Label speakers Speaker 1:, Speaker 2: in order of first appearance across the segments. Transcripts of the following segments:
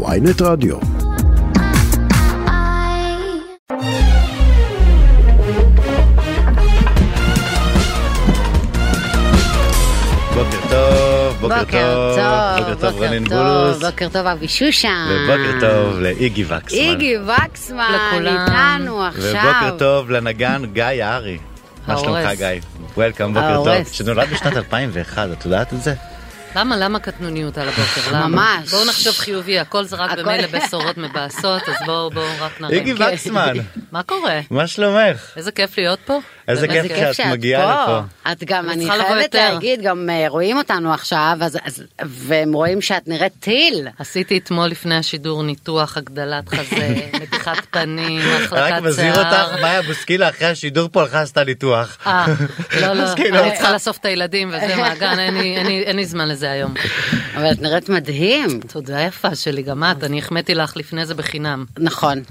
Speaker 1: ויינט רדיו.
Speaker 2: בוקר טוב, בוקר טוב,
Speaker 3: בוקר טוב,
Speaker 2: רנין בולוס,
Speaker 3: בוקר טוב אבי שושן.
Speaker 2: ובוקר טוב לאיגי וקסמן,
Speaker 3: איגי וקסמן,
Speaker 4: לכולם.
Speaker 3: איתנו עכשיו.
Speaker 2: ובוקר טוב לנגן גיא יערי, מה
Speaker 4: ההורס.
Speaker 2: שלומך גיא? וולקאם, בוקר טוב,
Speaker 3: ההורס.
Speaker 2: שנולד בשנת 2001, את יודעת את זה?
Speaker 4: אה, למה, למה קטנוניות על הבוקר? למה?
Speaker 3: ממש.
Speaker 4: בואו נחשוב חיובי, הכל זה רק
Speaker 3: הכל- כן.
Speaker 4: במילא בשורות מבאסות, אז בואו, בואו רק
Speaker 2: איגי
Speaker 4: נראה.
Speaker 2: וקסמן,
Speaker 4: מה קורה?
Speaker 2: מה שלומך?
Speaker 4: איזה כיף להיות פה.
Speaker 2: איזה
Speaker 4: באמת
Speaker 2: כיף שאת מגיעה לפה.
Speaker 3: את גם,
Speaker 4: אני
Speaker 3: אני
Speaker 4: צריכה לבוא
Speaker 3: חייבת
Speaker 4: יותר.
Speaker 3: להגיד, גם אה, רואים אותנו עכשיו, אז- אז- והם רואים שאת נראית טיל.
Speaker 4: עשיתי אתמול לפני השידור ניתוח, הגדלת חזה, מתיחת פנים,
Speaker 2: רק
Speaker 4: החלקת
Speaker 2: מזהיר אותך,
Speaker 4: שיער.
Speaker 2: מאיה בוסקילה אחרי השידור פה הלכה עשתה ניתוח.
Speaker 4: אה, לא, לא,
Speaker 2: אז כאילו-
Speaker 4: אני צריכה לאסוף את הילדים וזה מהגן, אין לי- אין לי- אין לי זמן לזה היום.
Speaker 3: אבל את נראית מדהים.
Speaker 4: תודה יפה שלי, גם את, אני החמאתי לך לפני זה בחינם.
Speaker 3: נכון,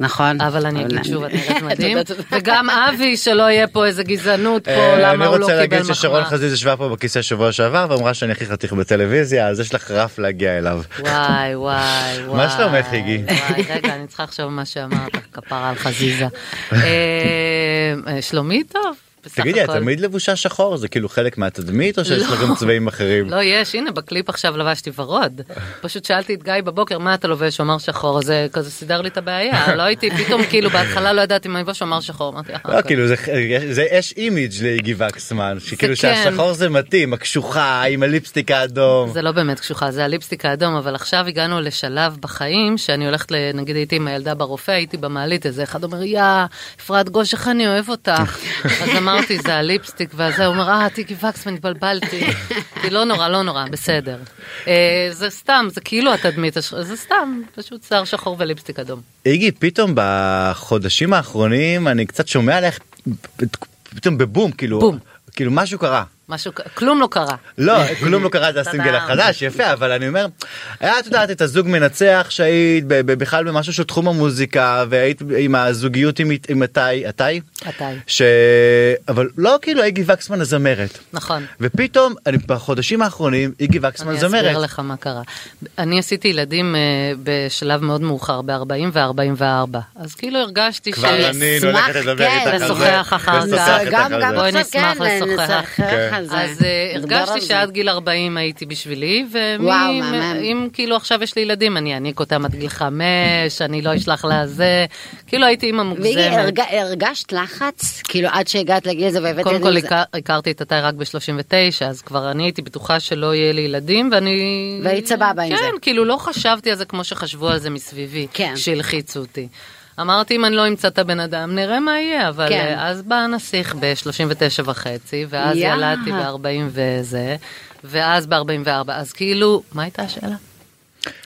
Speaker 3: נכון.
Speaker 4: אבל אני אגיד שוב, את נראית מדהים.
Speaker 3: תודה, תודה.
Speaker 4: וגם אבי, שלא יהיה פה איזה גזענות פה,
Speaker 2: אה,
Speaker 4: למה הוא לא
Speaker 2: אני רוצה
Speaker 4: קיבל
Speaker 2: להגיד ששרון
Speaker 4: מחמאה.
Speaker 2: חזיז ישבה פה בכיסא שבוע שעבר ואמרה שאני הכי חתיך בטלוויזיה, אז יש לך רף להגיע אליו.
Speaker 4: וואי, וואי, וואי.
Speaker 2: שלומך, איגי?
Speaker 4: וואי, רגע, אני צריכה לחשוב מה שאמרת, כפרה על חזיזה. אה, אה, שלומי טוב, בסך
Speaker 2: תגידי, את
Speaker 4: הכל.
Speaker 2: תמיד לבושה שחור, זה כאילו חלק מהתדמית, או שיש לך
Speaker 4: לא.
Speaker 2: גם צבעים אחרים?
Speaker 4: לא, יש, הנה, בקליפ עכשיו לבשתי ורוד. פשוט שאלתי את גיא בבוקר, מה אתה לובש? הוא אמר שחור, זה כזה סידר לי את הבעיה. לא הייתי, פתאום כאילו בהתחלה לא ידעתי מה לבוש, הוא אמר שחור. אמרתי, אה,
Speaker 2: לא,
Speaker 4: אוקיי.
Speaker 2: כאילו, זה- יש- זה- יש אימיג' לאיגי וקסמן, שכאילו
Speaker 4: כן.
Speaker 2: שהשחור זה מתאים, הקשוחה עם הליפסטיק האדום.
Speaker 4: זה לא באמת קשוחה, זה הליפסטיק האדום, אבל עכשיו הגענו לשלב בחיים שאני הולכת, ל- נגיד הייתי עם הילדה ברופא, הייתי במעלית, איזה אחד אומר, יא, אפרת גוש, איך אני אוהב אותך. אז אמרתי, זה הליפסטיק, והזה, הוא אומר, אה, תיקי וקסמן, התבלבלתי. כי לא נורא, לא נורא, בסדר. אה, זה סתם, זה כאילו התדמית, הש- זה סתם, פשוט שיער שחור וליפסטיק אדום.
Speaker 2: איגי, פתאום בחודשים האחרונים אני קצת שומע עליך פתאום בבום, כאילו,
Speaker 4: בום.
Speaker 2: כאילו משהו קרה.
Speaker 4: משהו, ק- כלום לא קרה.
Speaker 2: לא, כלום לא קרה, זה הסינגל
Speaker 4: טאדאם.
Speaker 2: החדש, יפה, אבל אני אומר, היה, את יודעת, את הזוג מנצח שהיית ב- ב- בכלל במשהו של תחום המוזיקה, והיית עם הזוגיות עם- עם התאי, התאי?
Speaker 4: התאי.
Speaker 2: ש... אבל לא כאילו איגי וקסמן הזמרת.
Speaker 4: נכון.
Speaker 2: ופתאום, אני בחודשים האחרונים, איגי וקסמן
Speaker 4: אני אסביר
Speaker 2: זמרת.
Speaker 4: לך מה קרה. אני עשיתי ילדים אה, בשלב מאוד מאוחר, ב-40 ו-44. אז כאילו הרגשתי ש...
Speaker 2: כבר אני
Speaker 3: אשמח,
Speaker 2: הולכת לדבר
Speaker 3: כן,
Speaker 2: איתך על זה.
Speaker 4: לשוחח אחר
Speaker 2: לשוחח
Speaker 4: כך.
Speaker 2: איתך
Speaker 3: גם,
Speaker 2: על
Speaker 3: גם
Speaker 2: זה.
Speaker 4: בואי
Speaker 3: עכשיו,
Speaker 4: נשמח
Speaker 3: כן,
Speaker 4: לשוחח.
Speaker 3: נשחח על זה.
Speaker 4: אז אה,
Speaker 3: נדבר על
Speaker 4: הרגשתי
Speaker 3: זה.
Speaker 4: שעד גיל 40 הייתי בשבילי,
Speaker 3: וואו, מהמם.
Speaker 4: ואם כאילו עכשיו יש לי ילדים, אני אעניק אותם עד גיל 5, אני לא אשלח לה זה. כאילו הייתי אימא
Speaker 3: ויגי,
Speaker 4: מוגזמת.
Speaker 3: הרג- הרגשת לחץ? כאילו, עד שהגעת לגיל הזה והבאת...
Speaker 4: קודם
Speaker 3: ילדים,
Speaker 4: כל
Speaker 3: זה-
Speaker 4: הכר- הכרתי את התאי רק ב-39, אז כבר אני הייתי בטוחה שלא יהיה לי ילדים, ואני...
Speaker 3: והיית סבבה עם זה.
Speaker 4: כן, כאילו לא חשבתי על זה כמו שחשבו על זה מסביבי,
Speaker 3: כן.
Speaker 4: שהלחיצו אותי. אמרתי, אם אני לא אמצא את הבן אדם, נראה מה יהיה, אבל
Speaker 3: כן.
Speaker 4: אה, אז בא הנסיך ב-39 וחצי, ואז
Speaker 3: יא.
Speaker 4: ילדתי ב-40 וזה, ואז ב-44, אז כאילו, מה הייתה השאלה?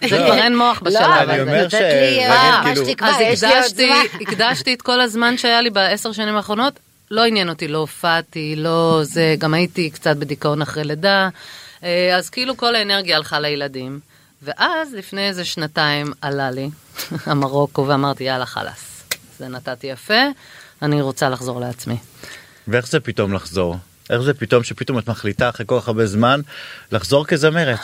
Speaker 4: זה כבר אין מוח בשלב
Speaker 3: לא,
Speaker 4: הזה.
Speaker 3: אבל
Speaker 2: אני אומר
Speaker 3: נותנת
Speaker 2: ש-
Speaker 3: לי,
Speaker 2: אה,
Speaker 3: אה, ממש
Speaker 2: כאילו-
Speaker 3: תקווה,
Speaker 4: אז
Speaker 3: יש לי עוד
Speaker 4: הקדשתי,
Speaker 3: זמן.
Speaker 4: הקדשתי את כל הזמן שהיה לי בעשר שנים האחרונות, לא עניין אותי, לא הופעתי, לא זה, גם הייתי קצת בדיכאון אחרי לידה, אה, אז כאילו כל האנרגיה הלכה לילדים. ואז לפני איזה שנתיים עלה לי המרוקו ואמרתי יאללה חלאס, זה נתתי יפה, אני רוצה לחזור לעצמי.
Speaker 2: ואיך זה פתאום לחזור? איך זה פתאום שפתאום את מחליטה אחרי כל כך הרבה זמן לחזור כזמרת?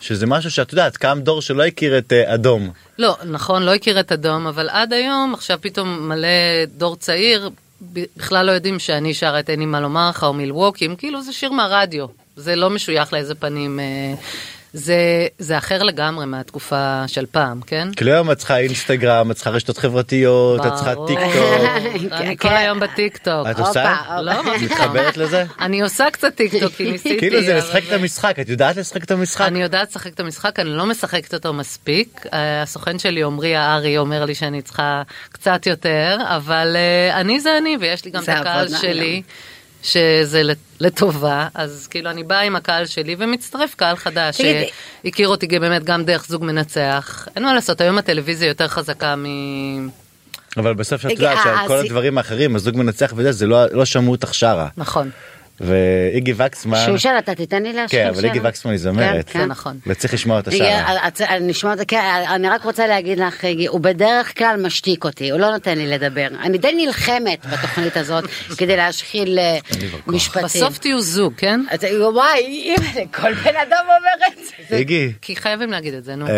Speaker 2: שזה משהו שאת יודעת, קם דור שלא הכיר את אה, אדום.
Speaker 4: לא, נכון, לא הכיר את אדום, אבל עד היום, עכשיו פתאום מלא דור צעיר, ב- בכלל לא יודעים שאני שרה את אין לי מה לומר לך, או מילווקים, כאילו זה שיר מהרדיו, זה לא משוייך לאיזה פנים. אה, זה, זה אחר לגמרי מהתקופה של פעם, כן?
Speaker 2: כאילו היום את צריכה אינסטגרם, את צריכה רשתות חברתיות, את צריכה
Speaker 4: ברור.
Speaker 2: טיק טוק.
Speaker 4: אני
Speaker 3: כן.
Speaker 4: כל היום בטיקטוק.
Speaker 2: את עושה?
Speaker 3: הופה,
Speaker 4: לא, מה פתאום.
Speaker 2: מתחברת לזה?
Speaker 4: אני עושה קצת טיקטוק, כי ניסיתי.
Speaker 2: כאילו זה לשחק
Speaker 4: אבל-
Speaker 2: את המשחק, את יודעת לשחק את המשחק?
Speaker 4: אני יודעת לשחק את המשחק, אני לא משחקת אותו מספיק. אה, הסוכן שלי, עמרי הארי, אומר לי שאני צריכה קצת יותר, אבל אה, אני זה אני, ויש לי גם את
Speaker 3: זה
Speaker 4: הקהל
Speaker 3: עבודה,
Speaker 4: שלי, שזה לטובה, אז כאילו אני באה עם הקהל שלי ומצטרף קהל חדש,
Speaker 3: תגידי.
Speaker 4: שהכיר אותי גם באמת גם דרך זוג מנצח. אין מה לעשות, היום הטלוויזיה יותר חזקה מ...
Speaker 2: אבל בסוף שאת
Speaker 3: רגע,
Speaker 2: יודעת שעל
Speaker 3: אה, אז-
Speaker 2: כל הדברים האחרים, הזוג מנצח וזה, זה לא לא שמעו אותך שרה.
Speaker 4: נכון.
Speaker 2: ואיגי וקסמן,
Speaker 3: שושל, אתה תיתן לי להשחיל
Speaker 2: כן, אבל איגי וקסמן היא זמרת,
Speaker 3: כן, כן.
Speaker 4: זה נכון.
Speaker 2: וצריך לשמוע אותה
Speaker 3: איגי,
Speaker 2: שרה.
Speaker 3: את- את- נשמע אותה, כן, אני רק רוצה להגיד לך, איגי, הוא בדרך כלל משתיק אותי, הוא לא נותן לי לדבר. אני די נלחמת בתוכנית הזאת כדי להשחיל אה, משפטים.
Speaker 4: בסוף תהיו זוג, כן?
Speaker 3: אז, אה, וואי, אימא'לה, כל בן אדם אומר את זה.
Speaker 2: איגי,
Speaker 4: כי חייבים להגיד את זה, נו.
Speaker 2: אה,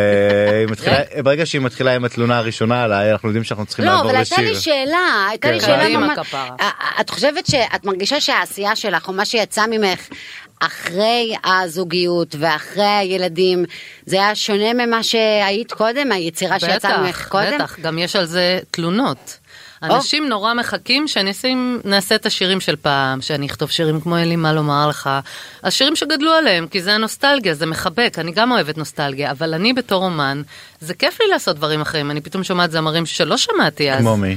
Speaker 2: היא מתחילה- ברגע שהיא מתחילה עם התלונה הראשונה עליי, אנחנו יודעים שאנחנו צריכים
Speaker 3: לא,
Speaker 2: לעבור
Speaker 3: אבל
Speaker 2: לשיר.
Speaker 3: הייתה לי שאלה, הייתה לי
Speaker 2: כן.
Speaker 3: שאלה
Speaker 4: קדימה,
Speaker 3: ממש...
Speaker 4: כפרה.
Speaker 3: אה, את חושבת שאת מרגישה שהעשייה שלך, או מה שיצא ממך, אחרי הזוגיות ואחרי הילדים, זה היה שונה ממה שהיית קודם, היצירה שיצאה ממך קודם?
Speaker 4: בטח, גם יש על זה תלונות.
Speaker 3: או.
Speaker 4: אנשים נורא מחכים שנשים, נעשה את השירים של פעם, שאני אכתוב שירים כמו אין לי מה לומר לך. השירים שגדלו עליהם, כי זה הנוסטלגיה, זה מחבק, אני גם אוהבת נוסטלגיה, אבל אני בתור אומן, זה כיף לי לעשות דברים אחרים, אני פתאום שומעת זמרים שלא שמעתי אז.
Speaker 2: כמו מי?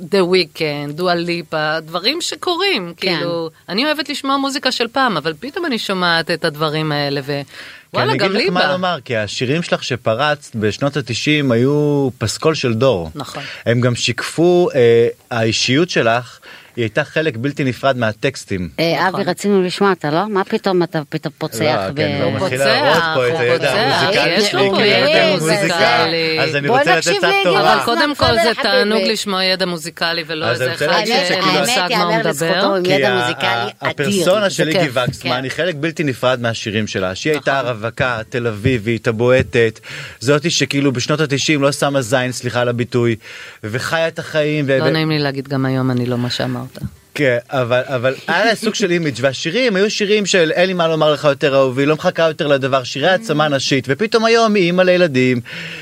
Speaker 4: The Weeknd, דואה ליפה, דברים שקורים,
Speaker 3: כן.
Speaker 4: כן. כאילו, אני אוהבת לשמוע מוזיקה של פעם, אבל פתאום אני שומעת את הדברים האלה, ווואלה, גם
Speaker 2: כי כן, אני אגיד לך
Speaker 4: ליבה.
Speaker 2: מה לא לומר, כי השירים שלך שפרצת בשנות ה-90 היו פסקול של דור.
Speaker 4: נכון.
Speaker 2: הם גם שיקפו, אה, האישיות שלך, היא הייתה חלק בלתי נפרד מהטקסטים.
Speaker 3: אה,
Speaker 4: נכון.
Speaker 3: אבי, רצינו לשמוע אותה, לא? מה פתאום אתה פתאום פוצח?
Speaker 2: לא, כן,
Speaker 3: ב-
Speaker 2: לא
Speaker 4: הוא
Speaker 2: מתחיל
Speaker 4: פוצח,
Speaker 2: להראות פה את
Speaker 4: הוא
Speaker 2: הידע
Speaker 4: פוצח,
Speaker 2: המוזיקלי כאילו,
Speaker 3: יש
Speaker 2: שלי,
Speaker 3: לו
Speaker 2: כי אני
Speaker 3: ידע
Speaker 2: נותן מוזיקה,
Speaker 3: מוזיקלי.
Speaker 2: אז אני
Speaker 3: בוא
Speaker 2: רוצה
Speaker 3: נקשיב
Speaker 2: לתת קצת
Speaker 3: לאיגי,
Speaker 2: תורה.
Speaker 4: אבל קודם כל
Speaker 3: חבר,
Speaker 4: זה
Speaker 3: חביבי.
Speaker 4: תענוג לשמוע ידע מוזיקלי ולא
Speaker 2: אז אני
Speaker 4: איזה
Speaker 2: רוצה
Speaker 4: אחד
Speaker 2: להגיד
Speaker 4: שאין לו
Speaker 2: שכאילו-
Speaker 4: מושג מה הוא
Speaker 3: אה, האמת, יאמר
Speaker 4: מדבר.
Speaker 3: לזכותו, עם
Speaker 2: כי
Speaker 3: ידע
Speaker 2: ה-
Speaker 3: מוזיקלי
Speaker 2: ה-
Speaker 3: אדיר.
Speaker 2: הפרסונה של
Speaker 4: זה
Speaker 2: איגי
Speaker 4: כיף. נכון.
Speaker 2: וקסמן
Speaker 3: כן.
Speaker 2: היא חלק בלתי נפרד מהשירים שלה, שהיא הייתה הרווקה, תל אביבית, הבועטת, זאתי שכאילו בשנות התשעים לא שמה זין, סליחה על הביטוי, וחיה את החיים. ו-
Speaker 4: לא נעים לי להגיד גם היום אני לא מה שאמרת.
Speaker 2: כן, אבל, אבל היה לה סוג של אימיג' והשירים היו שירים של אין לי מה לומר לך יותר אהובי, לא מחכה יותר לדבר, שירי
Speaker 4: Mm.
Speaker 2: העצמה נשית, ופתאום היום היא אימא לילדים,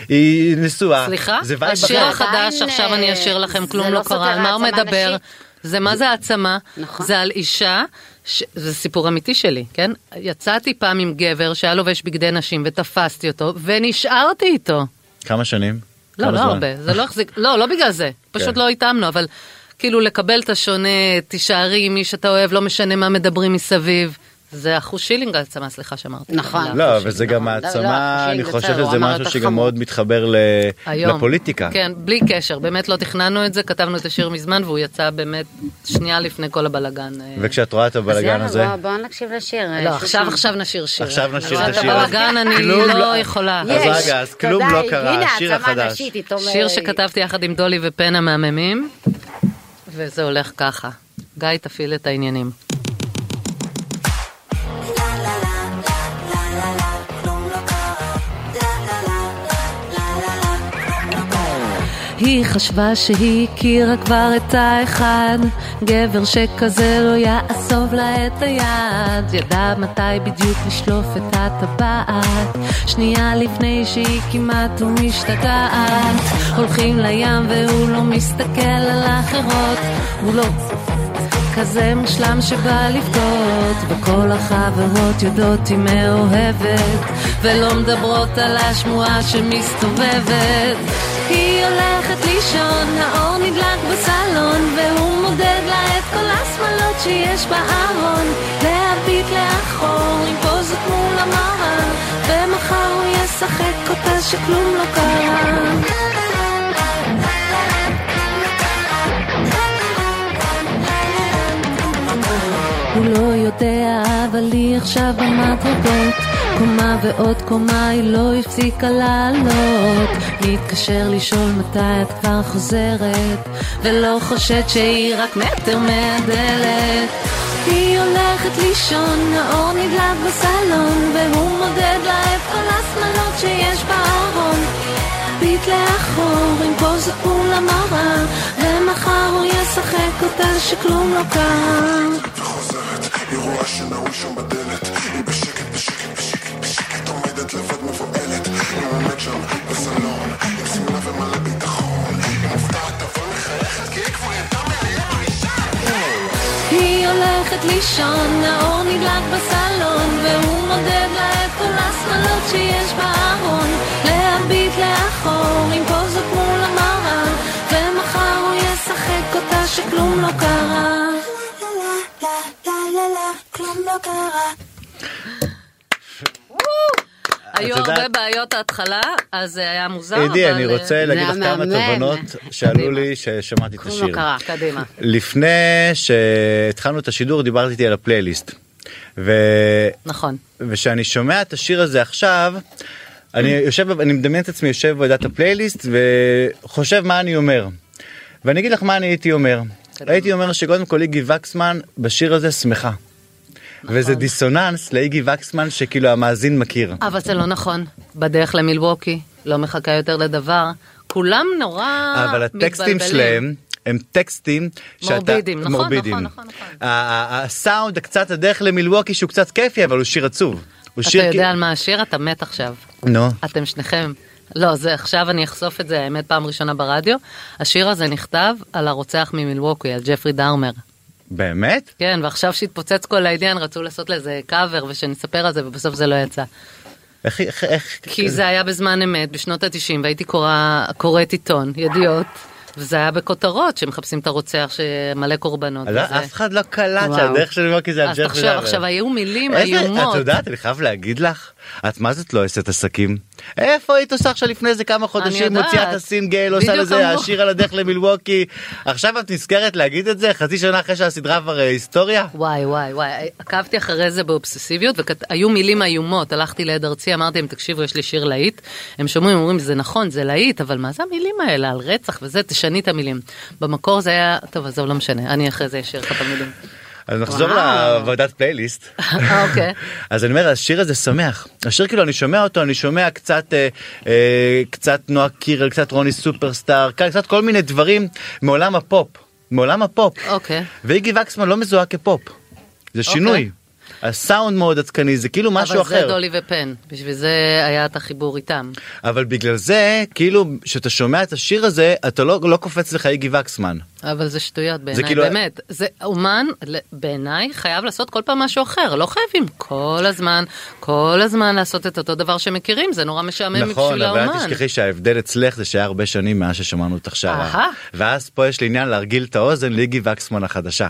Speaker 2: היא נשואה.
Speaker 4: סליחה?
Speaker 2: זה וייב
Speaker 4: השיר
Speaker 2: אחר.
Speaker 3: עדיין,
Speaker 4: החדש, עכשיו אני אשיר לכם,
Speaker 3: זה
Speaker 4: כלום
Speaker 3: לא
Speaker 4: לא
Speaker 3: סותר
Speaker 4: קרה, על מה הוא
Speaker 3: העצמה
Speaker 4: מדבר?
Speaker 3: נשית.
Speaker 4: זה מה זה העצמה?
Speaker 3: נכון.
Speaker 4: זה על אישה, ש- זה סיפור אמיתי שלי, כן? יצאתי פעם עם גבר שהיה לובש בגדי נשים ותפסתי אותו ונשארתי איתו.
Speaker 2: כמה שנים?
Speaker 4: לא,
Speaker 2: כמה
Speaker 4: לא
Speaker 2: זמן?
Speaker 4: הרבה, זה לא החזיק, לא, לא בגלל זה, פשוט
Speaker 2: כן.
Speaker 4: לא התאמנו, אבל כאילו לקבל את השונה, תישארי עם מי שאתה אוהב, לא משנה מה מדברים מסביב, זה החוש שילינג העצמה, סליחה שאמרתי.
Speaker 3: נכון.
Speaker 4: המילה.
Speaker 2: לא,
Speaker 3: החושים,
Speaker 2: אבל זה גם
Speaker 3: נכון. לא, לא,
Speaker 2: העצמה,
Speaker 3: החושים,
Speaker 2: אני
Speaker 3: בסדר,
Speaker 2: חושב
Speaker 3: הוא
Speaker 2: שזה
Speaker 3: אמר
Speaker 2: משהו
Speaker 3: יותר
Speaker 2: שגם
Speaker 3: חמור.
Speaker 2: מאוד מתחבר ל-
Speaker 4: היום.
Speaker 2: לפוליטיקה.
Speaker 4: כן, בלי קשר, באמת לא תכננו את זה, כתבנו את השיר מזמן, והוא יצא באמת שנייה לפני כל הבלגן. אה,
Speaker 2: וכשאת רואה את הבלגן
Speaker 3: אז
Speaker 2: הזה,
Speaker 3: יאללה, בוא- בואו נקשיב לשיר.
Speaker 4: לא,
Speaker 3: אה,
Speaker 4: עכשיו,
Speaker 3: שושן.
Speaker 4: עכשיו נשיר שיר.
Speaker 2: עכשיו נשאיר את
Speaker 3: אבל
Speaker 2: השיר הזה.
Speaker 4: בבלגן אני
Speaker 2: כלום
Speaker 4: לא יכולה.
Speaker 2: אז
Speaker 3: יש,
Speaker 2: רגע, אז כלום
Speaker 3: כן, תודה,
Speaker 2: לא קרה,
Speaker 3: הנה,
Speaker 2: השיר
Speaker 3: העצמה
Speaker 2: החדש.
Speaker 3: נשית, היא תומר-
Speaker 4: שיר שכתבתי יחד עם דולי ופן המהממים, וזה הולך ככה. גיא, תפעיל את העניינים. היא חשבה שהיא הכירה כבר את האחד, גבר שכזה לא יעזוב לה את היד, ידע מתי בדיוק לשלוף את הטבעת, שנייה לפני שהיא כמעט ומשתגעת, הולכים לים והוא לא מסתכל על אחרות, הוא לא כזה מושלם שבא לבכות, וכל החברות יודעות היא מאוהבת, ולא מדברות על השמועה שמסתובבת. היא הולכת לישון, האור נדלק בסלון, והוא מודד לה את כל השמלות שיש בארון. להביט לאחור עם פוזות מול המראה, ומחר הוא ישחק אותה שכלום לא קרה. הוא לא יודע, אבל היא עכשיו במדרגות. קומה ועוד קומה, היא לא הפסיקה לעלות. מתקשר לשאול מתי את כבר חוזרת, ולא חושד שהיא רק מטר מהדלת. היא הולכת לישון, האור נדלק בסלון, והוא מודד לה את כל השמלות שיש בארון. ביט לאחור עם פוז מול המראה, ומחר הוא ישחק אותה שכלום לא קרה.
Speaker 1: היא חוזרת, היא רואה שנעול שם בדלת היא בשקט, בשקט, בשקט, בשקט עומדת לבד מבוהלת היא עומדת שם בסלון עם שמלה ומלא ביטחון היא מופתעת אבל מחייכת כי היא כבר ידעה מהיום הראשון
Speaker 5: היא הולכת לישון, האור נדלק בסלון, והוא מודד לה את כל השמלות שיש בארון. להביט לאחור עם פוזות מול המראה, ומחר הוא ישחק אותה שכלום לא קרה.
Speaker 4: היו
Speaker 2: יודעת-
Speaker 4: הרבה בעיות ההתחלה, אז זה היה מוזר, אבל...
Speaker 2: עידי, אני רוצה
Speaker 4: אה,
Speaker 2: להגיד לך כמה
Speaker 3: מהמם.
Speaker 2: תובנות שעלו
Speaker 4: קדימה.
Speaker 2: לי ששמעתי את
Speaker 3: כלום לא
Speaker 2: השיר.
Speaker 3: קרה.
Speaker 4: קדימה.
Speaker 2: לפני שהתחלנו את השידור דיברת איתי על הפלייליסט. ו...
Speaker 4: נכון.
Speaker 2: וכשאני שומע את השיר הזה עכשיו, אני יושב, אני מדמיין את עצמי יושב בוועדת הפלייליסט וחושב מה אני אומר. ואני אגיד לך מה אני הייתי אומר.
Speaker 4: קדימה.
Speaker 2: הייתי אומר שקודם כל איגי וקסמן בשיר הזה שמחה.
Speaker 4: נכון.
Speaker 2: וזה דיסוננס לאיגי וקסמן שכאילו המאזין מכיר.
Speaker 4: אבל זה לא נכון. בדרך למילווקי, לא מחכה יותר לדבר. כולם נורא אה, מתבלבלים.
Speaker 2: אבל הטקסטים שלהם הם טקסטים שאתה...
Speaker 4: מורבידים, נכון, נכון,
Speaker 2: מורבידים.
Speaker 4: נכון, נכון.
Speaker 2: ה- ה- הסאונד הקצת הדרך למילווקי שהוא קצת כיפי אבל הוא שיר עצוב. הוא
Speaker 4: אתה
Speaker 2: שיר
Speaker 4: יודע
Speaker 2: כאילו-
Speaker 4: על מה השיר? אתה מת עכשיו.
Speaker 2: נו.
Speaker 4: אתם שניכם. לא, זה עכשיו אני אחשוף את זה, האמת, פעם ראשונה ברדיו. השיר הזה נכתב על הרוצח ממילווקי, על ג'פרי דארמר.
Speaker 2: באמת?
Speaker 4: כן, ועכשיו שהתפוצץ כל העניין, רצו לעשות לזה קאבר ושנספר על זה, ובסוף זה לא יצא.
Speaker 2: איך- איך- איך...
Speaker 4: כי זה היה בזמן אמת, בשנות ה-90, והייתי קורא, קוראת עיתון, ידיעות, וזה היה בכותרות, שמחפשים את הרוצח שמלא קורבנות.
Speaker 2: אז
Speaker 4: וזה-
Speaker 2: אף אחד לא קלט
Speaker 4: אוקיי, וואו.
Speaker 2: שהדרך של מילווקי זה על
Speaker 4: אז
Speaker 2: ג'פרי
Speaker 4: תחשוב,
Speaker 2: דאבר.
Speaker 4: עכשיו, היו מילים
Speaker 2: איזה-
Speaker 4: איומות.
Speaker 2: את יודעת, אני חייב להגיד לך, את מה זאת לא עשת עסקים? איפה היית עושה עכשיו לפני איזה כמה חודשים,
Speaker 4: יודעת.
Speaker 2: מוציאה את הסינגל, עושה
Speaker 4: בדיוק
Speaker 2: לזה
Speaker 4: כמוך.
Speaker 2: השיר על הדרך למילווקי, עכשיו את נזכרת להגיד את זה חצי שנה אחרי שהסדרה כבר אה, היסטוריה?
Speaker 4: וואי וואי וואי, עקבתי אחרי זה באובססיביות, והיו מילים איומות, הלכתי לעד ארצי, אמרתי להם, תקשיבו, יש לי שיר להיט, הם שומעים, אומרים, זה נכון, זה להיט, אבל מה זה המילים האלה, על רצח וזה, תשני את המילים. במקור זה היה, טוב, עזוב, לא משנה, אני אחרי זה אשאיר לך את המילים.
Speaker 2: אז נחזור
Speaker 4: וואו.
Speaker 2: לוועדת פלייליסט.
Speaker 4: אה, אוקיי.
Speaker 2: אז אני אומר, השיר הזה שמח. השיר כאילו, אני שומע אותו, אני שומע קצת אה, אה, קצת נועה קירל, קצת רוני סופרסטאר, קצת כל מיני דברים מעולם הפופ. מעולם הפופ.
Speaker 4: אוקיי.
Speaker 2: ואיגי וקסמן לא מזוהה כפופ. זה שינוי. הסאונד מאוד עדכני, זה כאילו משהו
Speaker 4: אבל
Speaker 2: אחר.
Speaker 4: זה לא דולי ופן, בשביל זה היה את החיבור איתם.
Speaker 2: אבל בגלל זה, כאילו, כשאתה שומע את השיר הזה, אתה לא, לא קופץ לך איגי וקסמן.
Speaker 4: אבל זה שטויות בעיניי,
Speaker 2: כאילו-
Speaker 4: כאילו... באמת. זה אומן, ל- בעיניי, חייב לעשות כל פעם משהו אחר. לא חייבים כל הזמן, כל הזמן לעשות את אותו דבר שמכירים, זה נורא משעמם
Speaker 2: נכון,
Speaker 4: בשביל
Speaker 2: אבל
Speaker 4: האומן.
Speaker 2: אל תשכחי שההבדל אצלך זה שהיה הרבה שנים מאז ששמענו אותך שרה.
Speaker 4: אהה.
Speaker 2: ואז פה יש לי עניין להרגיל את האוזן לאיגי וקסמן החדשה.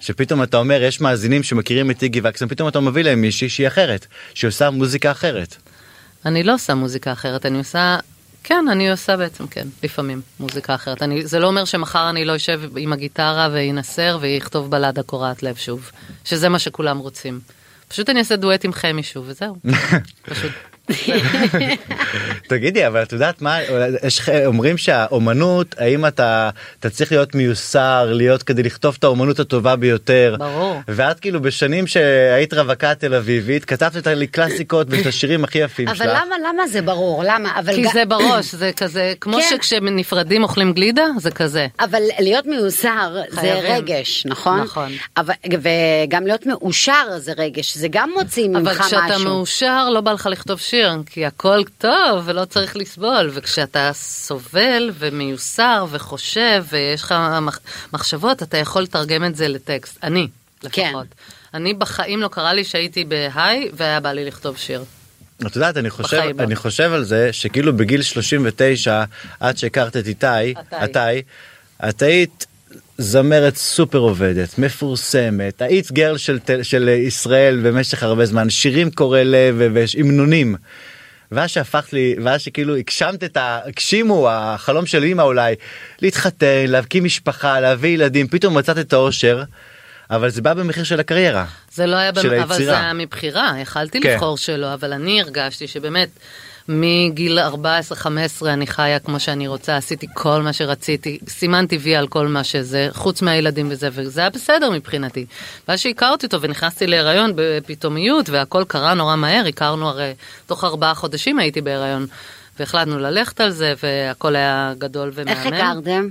Speaker 2: שפתאום אתה אומר, יש מאזינים שמכירים את איגי וקסמן, פתאום אתה מביא להם מישהי שהיא אחרת, שעושה מוזיקה אחרת.
Speaker 4: אני לא עושה מוזיקה אחרת, אני עושה... כן, אני עושה בעצם, כן, לפעמים מוזיקה אחרת. אני, זה לא אומר שמחר אני לא אשב עם הגיטרה וינסר ויכתוב בלדה קורעת לב שוב, שזה מה שכולם רוצים. פשוט אני אעשה דואט עם חמי שוב וזהו. פשוט.
Speaker 2: תגידי, אבל את יודעת מה, יש, לך- אומרים שהאומנות, האם אתה, אתה צריך להיות מיוסר, להיות כדי לכתוב את האומנות הטובה ביותר.
Speaker 4: ברור.
Speaker 2: ואת כאילו בשנים שהיית רווקה תל אביבית, כתבת את לי קלאסיקות ואת השירים הכי יפים שלך.
Speaker 3: אבל למה, למה זה ברור? למה? אבל
Speaker 4: כי
Speaker 3: גם-
Speaker 4: זה בראש, זה כזה, כמו
Speaker 3: כן.
Speaker 4: שכשנפרדים אוכלים גלידה, זה כזה.
Speaker 3: אבל להיות מיוסר זה
Speaker 4: חייבים.
Speaker 3: רגש, נכון?
Speaker 4: נכון.
Speaker 3: אבל, וגם להיות מאושר זה רגש, זה גם מוציא ממך
Speaker 4: אבל
Speaker 3: משהו.
Speaker 4: כשאתה מאושר לא בא לך לכתוב שיר, כי הכל טוב ולא צריך לסבול, וכשאתה סובל ומיוסר וחושב ויש לך מח- מחשבות, אתה יכול לתרגם את זה לטקסט. אני,
Speaker 3: כן.
Speaker 4: לפחות. אני בחיים לא קרה לי שהייתי בהיי והיה בא לי לכתוב שיר.
Speaker 2: את יודעת, אני חושב,
Speaker 4: בחיים לא.
Speaker 2: אני חושב על זה שכאילו בגיל 39, עד שהכרת את איתי,
Speaker 4: עתאי.
Speaker 2: עתאי, את היית זמרת סופר עובדת, מפורסמת, היית גרל של, תל- של ישראל במשך הרבה זמן, שירים קורא לב ו- והמנונים. ואז שהפכת לי, ואז שכאילו הגשמת את ה... הגשימו, החלום של אימא אולי, להתחתן, להקים משפחה, להביא ילדים, פתאום מצאת את האושר, אבל זה בא במחיר של הקריירה.
Speaker 4: זה לא היה,
Speaker 2: של
Speaker 4: במ... אבל
Speaker 2: היצירה.
Speaker 4: זה היה מבחירה, יכלתי
Speaker 2: כן.
Speaker 4: כן. לבחור שלא, אבל אני הרגשתי שבאמת, מגיל 14-15 אני חיה כמו שאני רוצה, עשיתי כל מה שרציתי, סימנתי וי על כל מה שזה, חוץ מהילדים וזה, וזה היה בסדר מבחינתי. ואז שהכרתי אותו ונכנסתי להיריון בפתאומיות, והכל קרה נורא מהר, הכרנו הרי, תוך ארבעה חודשים הייתי בהיריון. והחלטנו ללכת על זה, והכל היה גדול ומהמם.
Speaker 3: איך הכרתם?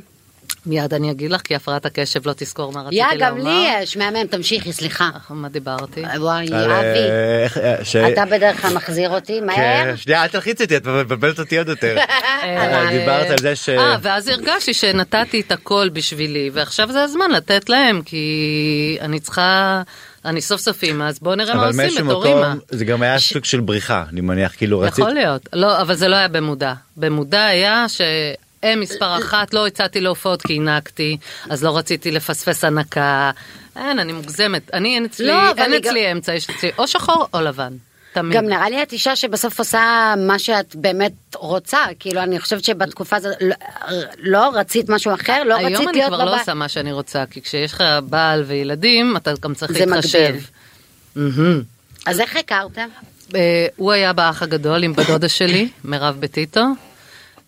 Speaker 4: מיד אני אגיד לך, כי הפרעת הקשב לא תזכור מה רציתי
Speaker 3: יא,
Speaker 4: לומר. אה, אוקיי.
Speaker 3: גם לי יש, מהמם, תמשיכי, סליחה.
Speaker 4: מה דיברתי?
Speaker 3: וואי,
Speaker 2: על, אה,
Speaker 3: אבי,
Speaker 2: איך- אה, ש-
Speaker 3: אתה בדרך כלל מחזיר אותי מהר.
Speaker 2: כן, שנייה, אל תלחיץ אותי, את מבלבלת אותי עוד יותר.
Speaker 4: אה,
Speaker 2: דיברת על זה ש...
Speaker 4: אה, ואז הרגשתי שנתתי את הכל בשבילי, ועכשיו זה הזמן לתת להם, כי אני צריכה... אני סוף סוף אימא, אז בואו נראה מה
Speaker 2: אבל
Speaker 4: עושים
Speaker 2: מאיזשהו
Speaker 4: בתור
Speaker 2: מקום
Speaker 4: אימא.
Speaker 2: זה גם היה
Speaker 4: ש-
Speaker 2: סוג של בריחה, אני מניח, כאילו רצית...
Speaker 4: יכול להיות. לא, אבל זה לא היה במודע. במודע היה שהם מספר אחת, לא הצעתי להופעות כי הענקתי, אז לא רציתי לפספס הנקה. אין, אני מוגזמת. אני, אין אצלי,
Speaker 3: לא, אבל
Speaker 4: אין
Speaker 3: אני גם-
Speaker 4: אצלי אמצע, יש אצלי או שחור או לבן.
Speaker 2: כן.
Speaker 4: תמיד.
Speaker 3: גם נראה לי את אישה שבסוף עושה מה שאת באמת רוצה, כאילו אני חושבת שבתקופה הזאת לא, לא רצית משהו אחר, לא רצית להיות
Speaker 4: היום אני כבר לא
Speaker 3: בבית.
Speaker 4: עושה מה שאני רוצה, כי כשיש לך בעל וילדים, אתה גם צריך
Speaker 3: זה
Speaker 4: להתחשב.
Speaker 3: מגביל.
Speaker 4: מהמם.
Speaker 3: אז איך הכרתם?
Speaker 4: אה, הוא היה באח הגדול עם בדודה שלי, מירב בטיטו.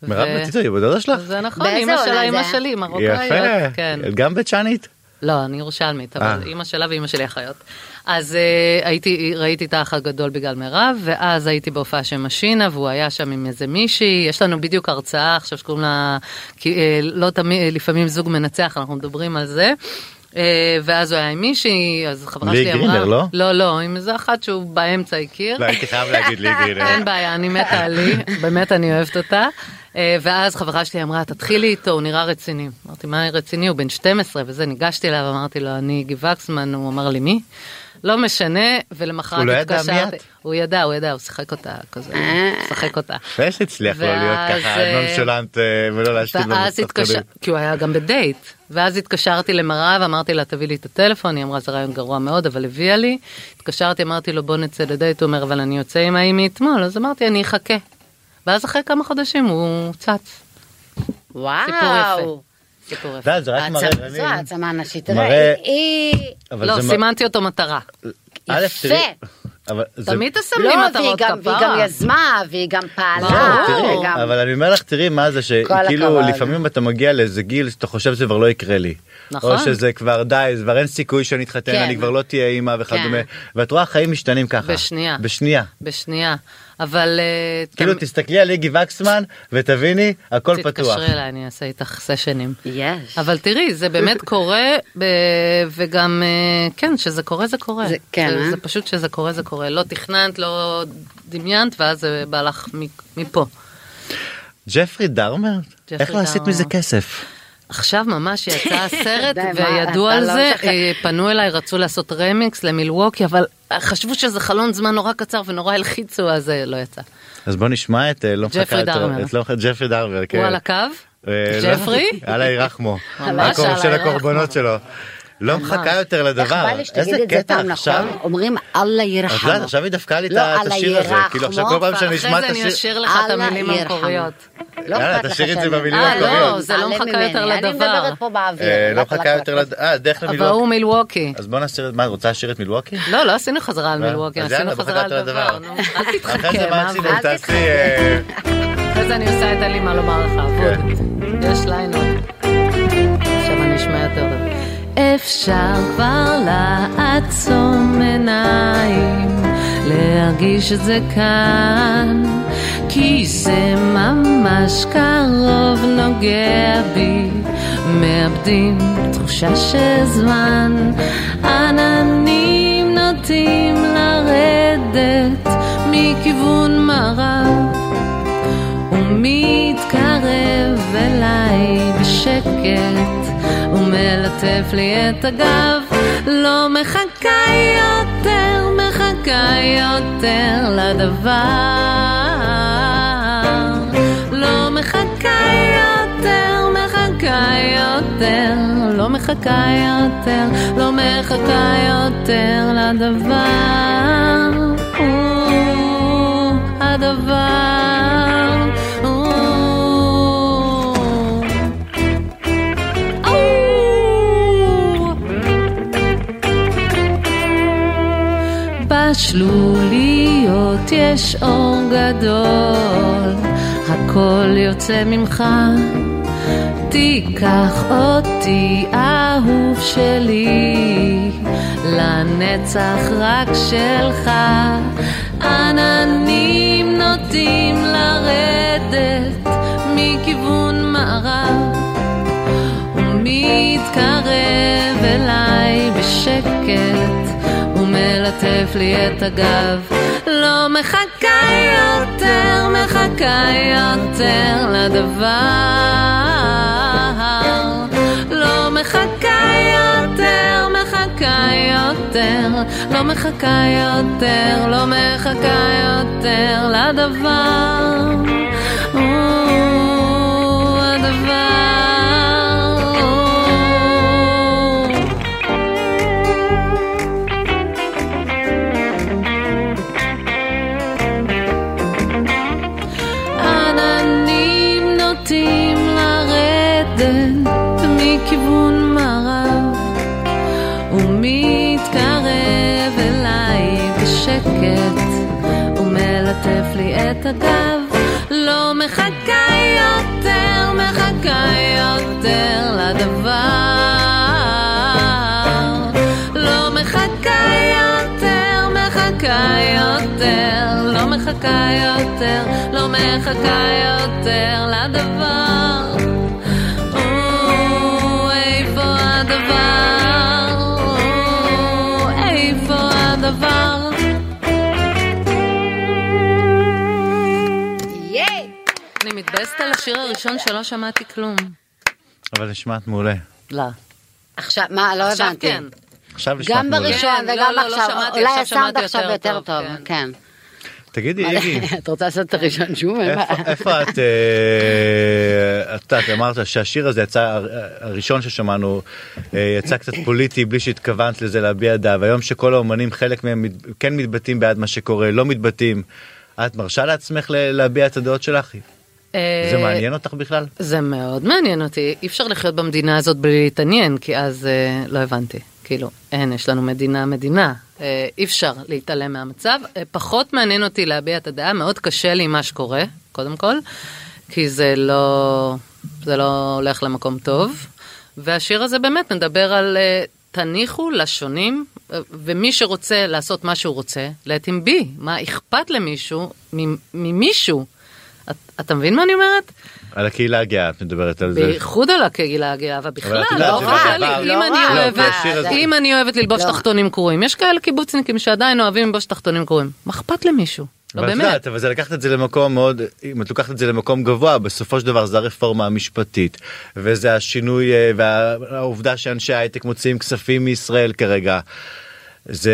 Speaker 2: מירב
Speaker 4: ו-
Speaker 2: מטיטו היא בדודה שלך?
Speaker 4: זה נכון,
Speaker 3: באיזה
Speaker 4: אימא
Speaker 3: עונה
Speaker 4: שלה, אימא
Speaker 3: זה?
Speaker 4: שלי, מרוקאיות.
Speaker 2: יפה,
Speaker 4: כן.
Speaker 2: גם בצ'אנית?
Speaker 4: לא, אני ירושלמית, אבל
Speaker 2: אה.
Speaker 4: אימא שלה ואימא שלי אחיות. אז אה, הייתי, ראיתי את האח הגדול בגלל מירב, ואז הייתי בהופעה של משינה, והוא היה שם עם איזה מישהי, יש לנו בדיוק הרצאה עכשיו שקוראים לה, כי, אה, לא תמיד, לפעמים זוג מנצח, אנחנו מדברים על זה. אה, ואז הוא היה עם מישהי, אז חברה
Speaker 2: לי
Speaker 4: שלי אמרה...
Speaker 2: גרינר, לא?
Speaker 4: לא, לא, עם איזה אחת שהוא באמצע הכיר.
Speaker 2: לא, הייתי חייב להגיד לי כאילו. גרינר.
Speaker 4: אין בעיה, אני מתה על לי, באמת אני אוהבת אותה. אה, ואז חברה שלי אמרה, תתחילי איתו, הוא נראה רציני. אמרתי, מה רציני? הוא בן 12 וזה, ניגשתי אליו, אמרתי לו, אני גיב וקסמן, הוא אמר לי, מי? לא משנה, ולמחרת
Speaker 2: הוא לא ידע מי
Speaker 4: התקשרתי-
Speaker 2: את? אה.
Speaker 4: הוא ידע, הוא ידע, הוא שיחק אותה כזה, הוא שיחק אותה.
Speaker 2: איך הצליח לא להיות
Speaker 4: ואז,
Speaker 2: ככה
Speaker 4: אה,
Speaker 2: נונשלנט אה, ולא להשתיק
Speaker 4: ואז התקשר... כי הוא היה גם בדייט. ואז התקשרתי למרב, אמרתי לה, תביא לי את הטלפון, היא אמרה, זה רעיון גרוע מאוד, אבל הביאה לי. התקשרתי, אמרתי לו, בוא נצא לדייט, הוא אומר, אבל אני יוצא עם האי מאתמול, אז אמרתי, אני אחכה. ואז אחרי כמה חודשים הוא צץ.
Speaker 3: וואו.
Speaker 4: סיפור יפה.
Speaker 2: זה רק מראה,
Speaker 3: העצמה- זו
Speaker 2: אני-
Speaker 3: העצמה נשית. תראה,
Speaker 2: מראה-
Speaker 3: היא...
Speaker 2: אבל
Speaker 4: לא,
Speaker 2: זה מ-
Speaker 4: סימנתי אותו מטרה.
Speaker 2: א',
Speaker 3: יפה.
Speaker 2: תראי, אבל זה-
Speaker 4: תמיד
Speaker 3: לא,
Speaker 4: תסמני
Speaker 3: והיא
Speaker 4: מטרות
Speaker 3: גם- והיא גם
Speaker 4: כפרה.
Speaker 3: יזמה, והיא גם
Speaker 2: זהו,
Speaker 4: אה,
Speaker 3: פעלה.
Speaker 2: כן, תראי,
Speaker 4: אוקיי,
Speaker 3: וגם- אה,
Speaker 2: אבל אני אומר לך תראי מה זה שכאילו
Speaker 3: הכבוד.
Speaker 2: לפעמים אתה מגיע לאיזה גיל שאתה חושב שזה כבר לא יקרה לי.
Speaker 4: נכון.
Speaker 2: או שזה כבר די זה כבר אין סיכוי שאני אתחתן
Speaker 3: כן.
Speaker 2: אני כבר לא תהיה אימא וכדומה
Speaker 3: כן.
Speaker 2: ואת רואה החיים משתנים ככה.
Speaker 4: בשנייה.
Speaker 2: בשנייה.
Speaker 4: בשנייה. אבל... אה,
Speaker 2: כאילו
Speaker 4: תמ-
Speaker 2: תסתכלי על איגי וקסמן ותביני הכל פתוח.
Speaker 4: תתקשרי אליי, אני אעשה איתך סשנים.
Speaker 3: יש.
Speaker 4: אבל תראי, זה באמת קורה, ב- וגם, אה, כן, שזה קורה, זה קורה.
Speaker 3: זה- כן,
Speaker 4: זה-
Speaker 3: אה?
Speaker 4: זה פשוט שזה קורה, זה קורה. לא תכננת, לא דמיינת, ואז זה בא לך מ- מפה.
Speaker 2: ג'פרי דרמר? איך לא עשית
Speaker 4: דרמר.
Speaker 2: מזה כסף?
Speaker 4: עכשיו ממש יצא הסרט
Speaker 3: די, מה,
Speaker 4: וידעו
Speaker 3: אתה
Speaker 4: על
Speaker 3: לא
Speaker 4: זה,
Speaker 3: משחק.
Speaker 4: אה, פנו אליי, רצו לעשות רמיקס למילווקי, אבל אה, חשבו שזה חלון זמן נורא קצר ונורא הלחיצו, אז אה, לא יצא.
Speaker 2: אז בוא נשמע את אה, לא
Speaker 4: ג'פרי
Speaker 2: מחכה את-
Speaker 4: דרמר.
Speaker 2: את לא- ג'פרי דרמר. כן.
Speaker 4: הוא על הקו?
Speaker 2: אה, לא-
Speaker 4: ג'פרי?
Speaker 2: עליי רחמו.
Speaker 4: ממש
Speaker 2: הקור-
Speaker 4: עליי
Speaker 2: של
Speaker 4: רחמו.
Speaker 2: הקורבנות שלו. לא מחכה יותר
Speaker 3: איך
Speaker 2: לדבר.
Speaker 3: בא לי
Speaker 2: איזה
Speaker 3: שתגיד את זה
Speaker 2: קטע
Speaker 3: פעם
Speaker 2: עכשיו.
Speaker 3: נכון? אומרים אללה
Speaker 4: נכון.
Speaker 2: את יודעת,
Speaker 3: ירחמו.
Speaker 2: עכשיו היא דפקה לי את
Speaker 3: לא,
Speaker 2: ה- את
Speaker 3: אללה
Speaker 2: השיר הזה,
Speaker 3: ירחמו,
Speaker 2: כאילו עכשיו כל פעם שאני
Speaker 4: לא? אחרי
Speaker 2: אשמע
Speaker 4: זה
Speaker 2: את
Speaker 4: אני
Speaker 2: השיר,
Speaker 4: אשאיר לך את
Speaker 3: אללה
Speaker 4: המילים
Speaker 3: ירחמו.
Speaker 4: המקוריות.
Speaker 3: לא
Speaker 2: יאללה,
Speaker 3: אכפת לך
Speaker 2: תשאירי את זה
Speaker 3: שאני-
Speaker 2: במילים
Speaker 4: אה, לא,
Speaker 2: המקוריות.
Speaker 4: זה לא
Speaker 3: תעלה
Speaker 4: מחכה
Speaker 3: ממני,
Speaker 4: יותר לדבר.
Speaker 3: אני מדברת פה באוויר.
Speaker 2: אה, לא
Speaker 3: רק- רק-
Speaker 2: מחכה יותר
Speaker 3: רק-
Speaker 2: לד... אה, דרך
Speaker 4: אבל הוא
Speaker 2: למילווקי.
Speaker 4: מילווקי.
Speaker 2: אז בוא נשאיר את... מה, את רוצה לשיר את מילווקי?
Speaker 4: לא, לא עשינו חזרה על
Speaker 2: מה?
Speaker 4: מילווקי,
Speaker 2: אז
Speaker 4: עשינו
Speaker 2: יאללה,
Speaker 4: חזרה
Speaker 2: בחרת
Speaker 4: על
Speaker 2: על
Speaker 4: דבר.
Speaker 2: הדבר.
Speaker 4: נו, אל
Speaker 2: אחרי זה
Speaker 4: תתחכם, מה
Speaker 2: מקסימום
Speaker 4: אבל.
Speaker 2: תעשי... אה,
Speaker 4: אחרי זה אני עושה את אין לי מה לומר לך,
Speaker 2: כן.
Speaker 4: עבוד. יש ליינות. עכשיו אני אשמע יותר טוב. אפשר כבר לעצום עיניים, להרגיש את זה כאן, כי זה ממש קרוב נוגע בי, מאבדים תחושה של זמן, עננים נוטים לרדת מכיוון מערב. ומתקרב אליי בשקט ומלטף לי את הגב לא מחכה יותר, מחכה יותר לדבר לא מחכה יותר, מחכה יותר לא מחכה יותר, לא מחכה יותר לדבר הוא הדבר הוא. הוא. בשלוליות יש אור גדול, הכל יוצא ממך. תיקח אותי, אהוב שלי, לנצח רק שלך. עננים נוטים לרדת מכיוון מערב. ומתקרב אליי בשקט ומלטף לי את הגב לא מחכה יותר, מחכה יותר לדבר לא מחכה יותר, מחכה יותר לא מחכה יותר, לא מחכה יותר לדבר הוא הדבר הוא.
Speaker 5: את הגב. לא מחכה יותר, מחכה יותר לדבר. לא מחכה יותר, מחכה יותר, לא מחכה יותר, לא מחכה יותר לדבר. או, איפה הדבר? או, איפה הדבר?
Speaker 3: ייי!
Speaker 4: אני מתבאסת על השיר הראשון שלא שמעתי כלום.
Speaker 2: אבל נשמעת מעולה.
Speaker 4: לא.
Speaker 3: עכשיו, מה, לא
Speaker 4: עכשיו
Speaker 3: הבנתי.
Speaker 4: כן.
Speaker 2: עכשיו נשמעת
Speaker 3: גם
Speaker 2: מעולה.
Speaker 3: בראשון
Speaker 4: כן, לא,
Speaker 3: וגם
Speaker 4: לא, לא
Speaker 3: עכשיו,
Speaker 4: שמעתי,
Speaker 3: אולי
Speaker 4: עכשיו
Speaker 3: הסאונד
Speaker 4: שמעתי
Speaker 3: עכשיו
Speaker 4: יותר
Speaker 3: יותר
Speaker 4: טוב,
Speaker 3: טוב,
Speaker 4: כן.
Speaker 3: כן.
Speaker 2: תגידי, איגי,
Speaker 3: את רוצה לעשות את הראשון שוב? אין
Speaker 2: איפה-
Speaker 3: בעיה.
Speaker 2: איפה את, אה, את יודעת, אמרת שהשיר הזה יצא, הר- הראשון ששמענו, אה, יצא קצת פוליטי בלי שהתכוונת לזה להביע דעה, והיום שכל האומנים, חלק מהם מת- כן מתבטאים בעד מה שקורה, לא מתבטאים, את מרשה לעצמך ל- להביע את הדעות שלך? זה
Speaker 4: אה,
Speaker 2: מעניין אותך בכלל?
Speaker 4: זה מאוד מעניין אותי, אי אפשר לחיות במדינה הזאת בלי להתעניין, כי אז אה, לא הבנתי. כאילו, אין, יש לנו מדינה מדינה, אה, אי אפשר להתעלם מהמצב. אה, פחות מעניין אותי להביע את הדעה, מאוד קשה לי עם מה שקורה, קודם כל, כי זה לא, זה לא הולך למקום טוב. והשיר הזה באמת מדבר על אה, תניחו לשונים, אה, ומי שרוצה לעשות מה שהוא רוצה, let him be. מה אכפת למישהו ממ- ממישהו? את- אתה מבין מה אני אומרת?
Speaker 2: על הקהילה הגאה את מדברת על זה.
Speaker 4: בייחוד על הקהילה הגאה, אבל בכלל,
Speaker 2: את יודעת,
Speaker 4: לא
Speaker 2: זה
Speaker 4: בכלל,
Speaker 2: דבר-
Speaker 4: אם
Speaker 3: לא
Speaker 4: אני
Speaker 3: רע,
Speaker 2: לא,
Speaker 4: אוהבת,
Speaker 2: והשיר הזה-
Speaker 4: אם אני אוהבת ללבוש
Speaker 3: לא.
Speaker 4: תחתונים קרועים, יש כאלה קיבוצניקים שעדיין אוהבים ללבוש תחתונים קרועים, מה אכפת למישהו? לא
Speaker 2: אבל את
Speaker 4: באמת.
Speaker 2: יודעת, אבל זה לקחת את זה למקום מאוד, אם את לוקחת את זה למקום גבוה, בסופו של דבר זה הרפורמה המשפטית, וזה השינוי, אה, והעובדה שאנשי הייטק מוציאים כספים מישראל כרגע. זה,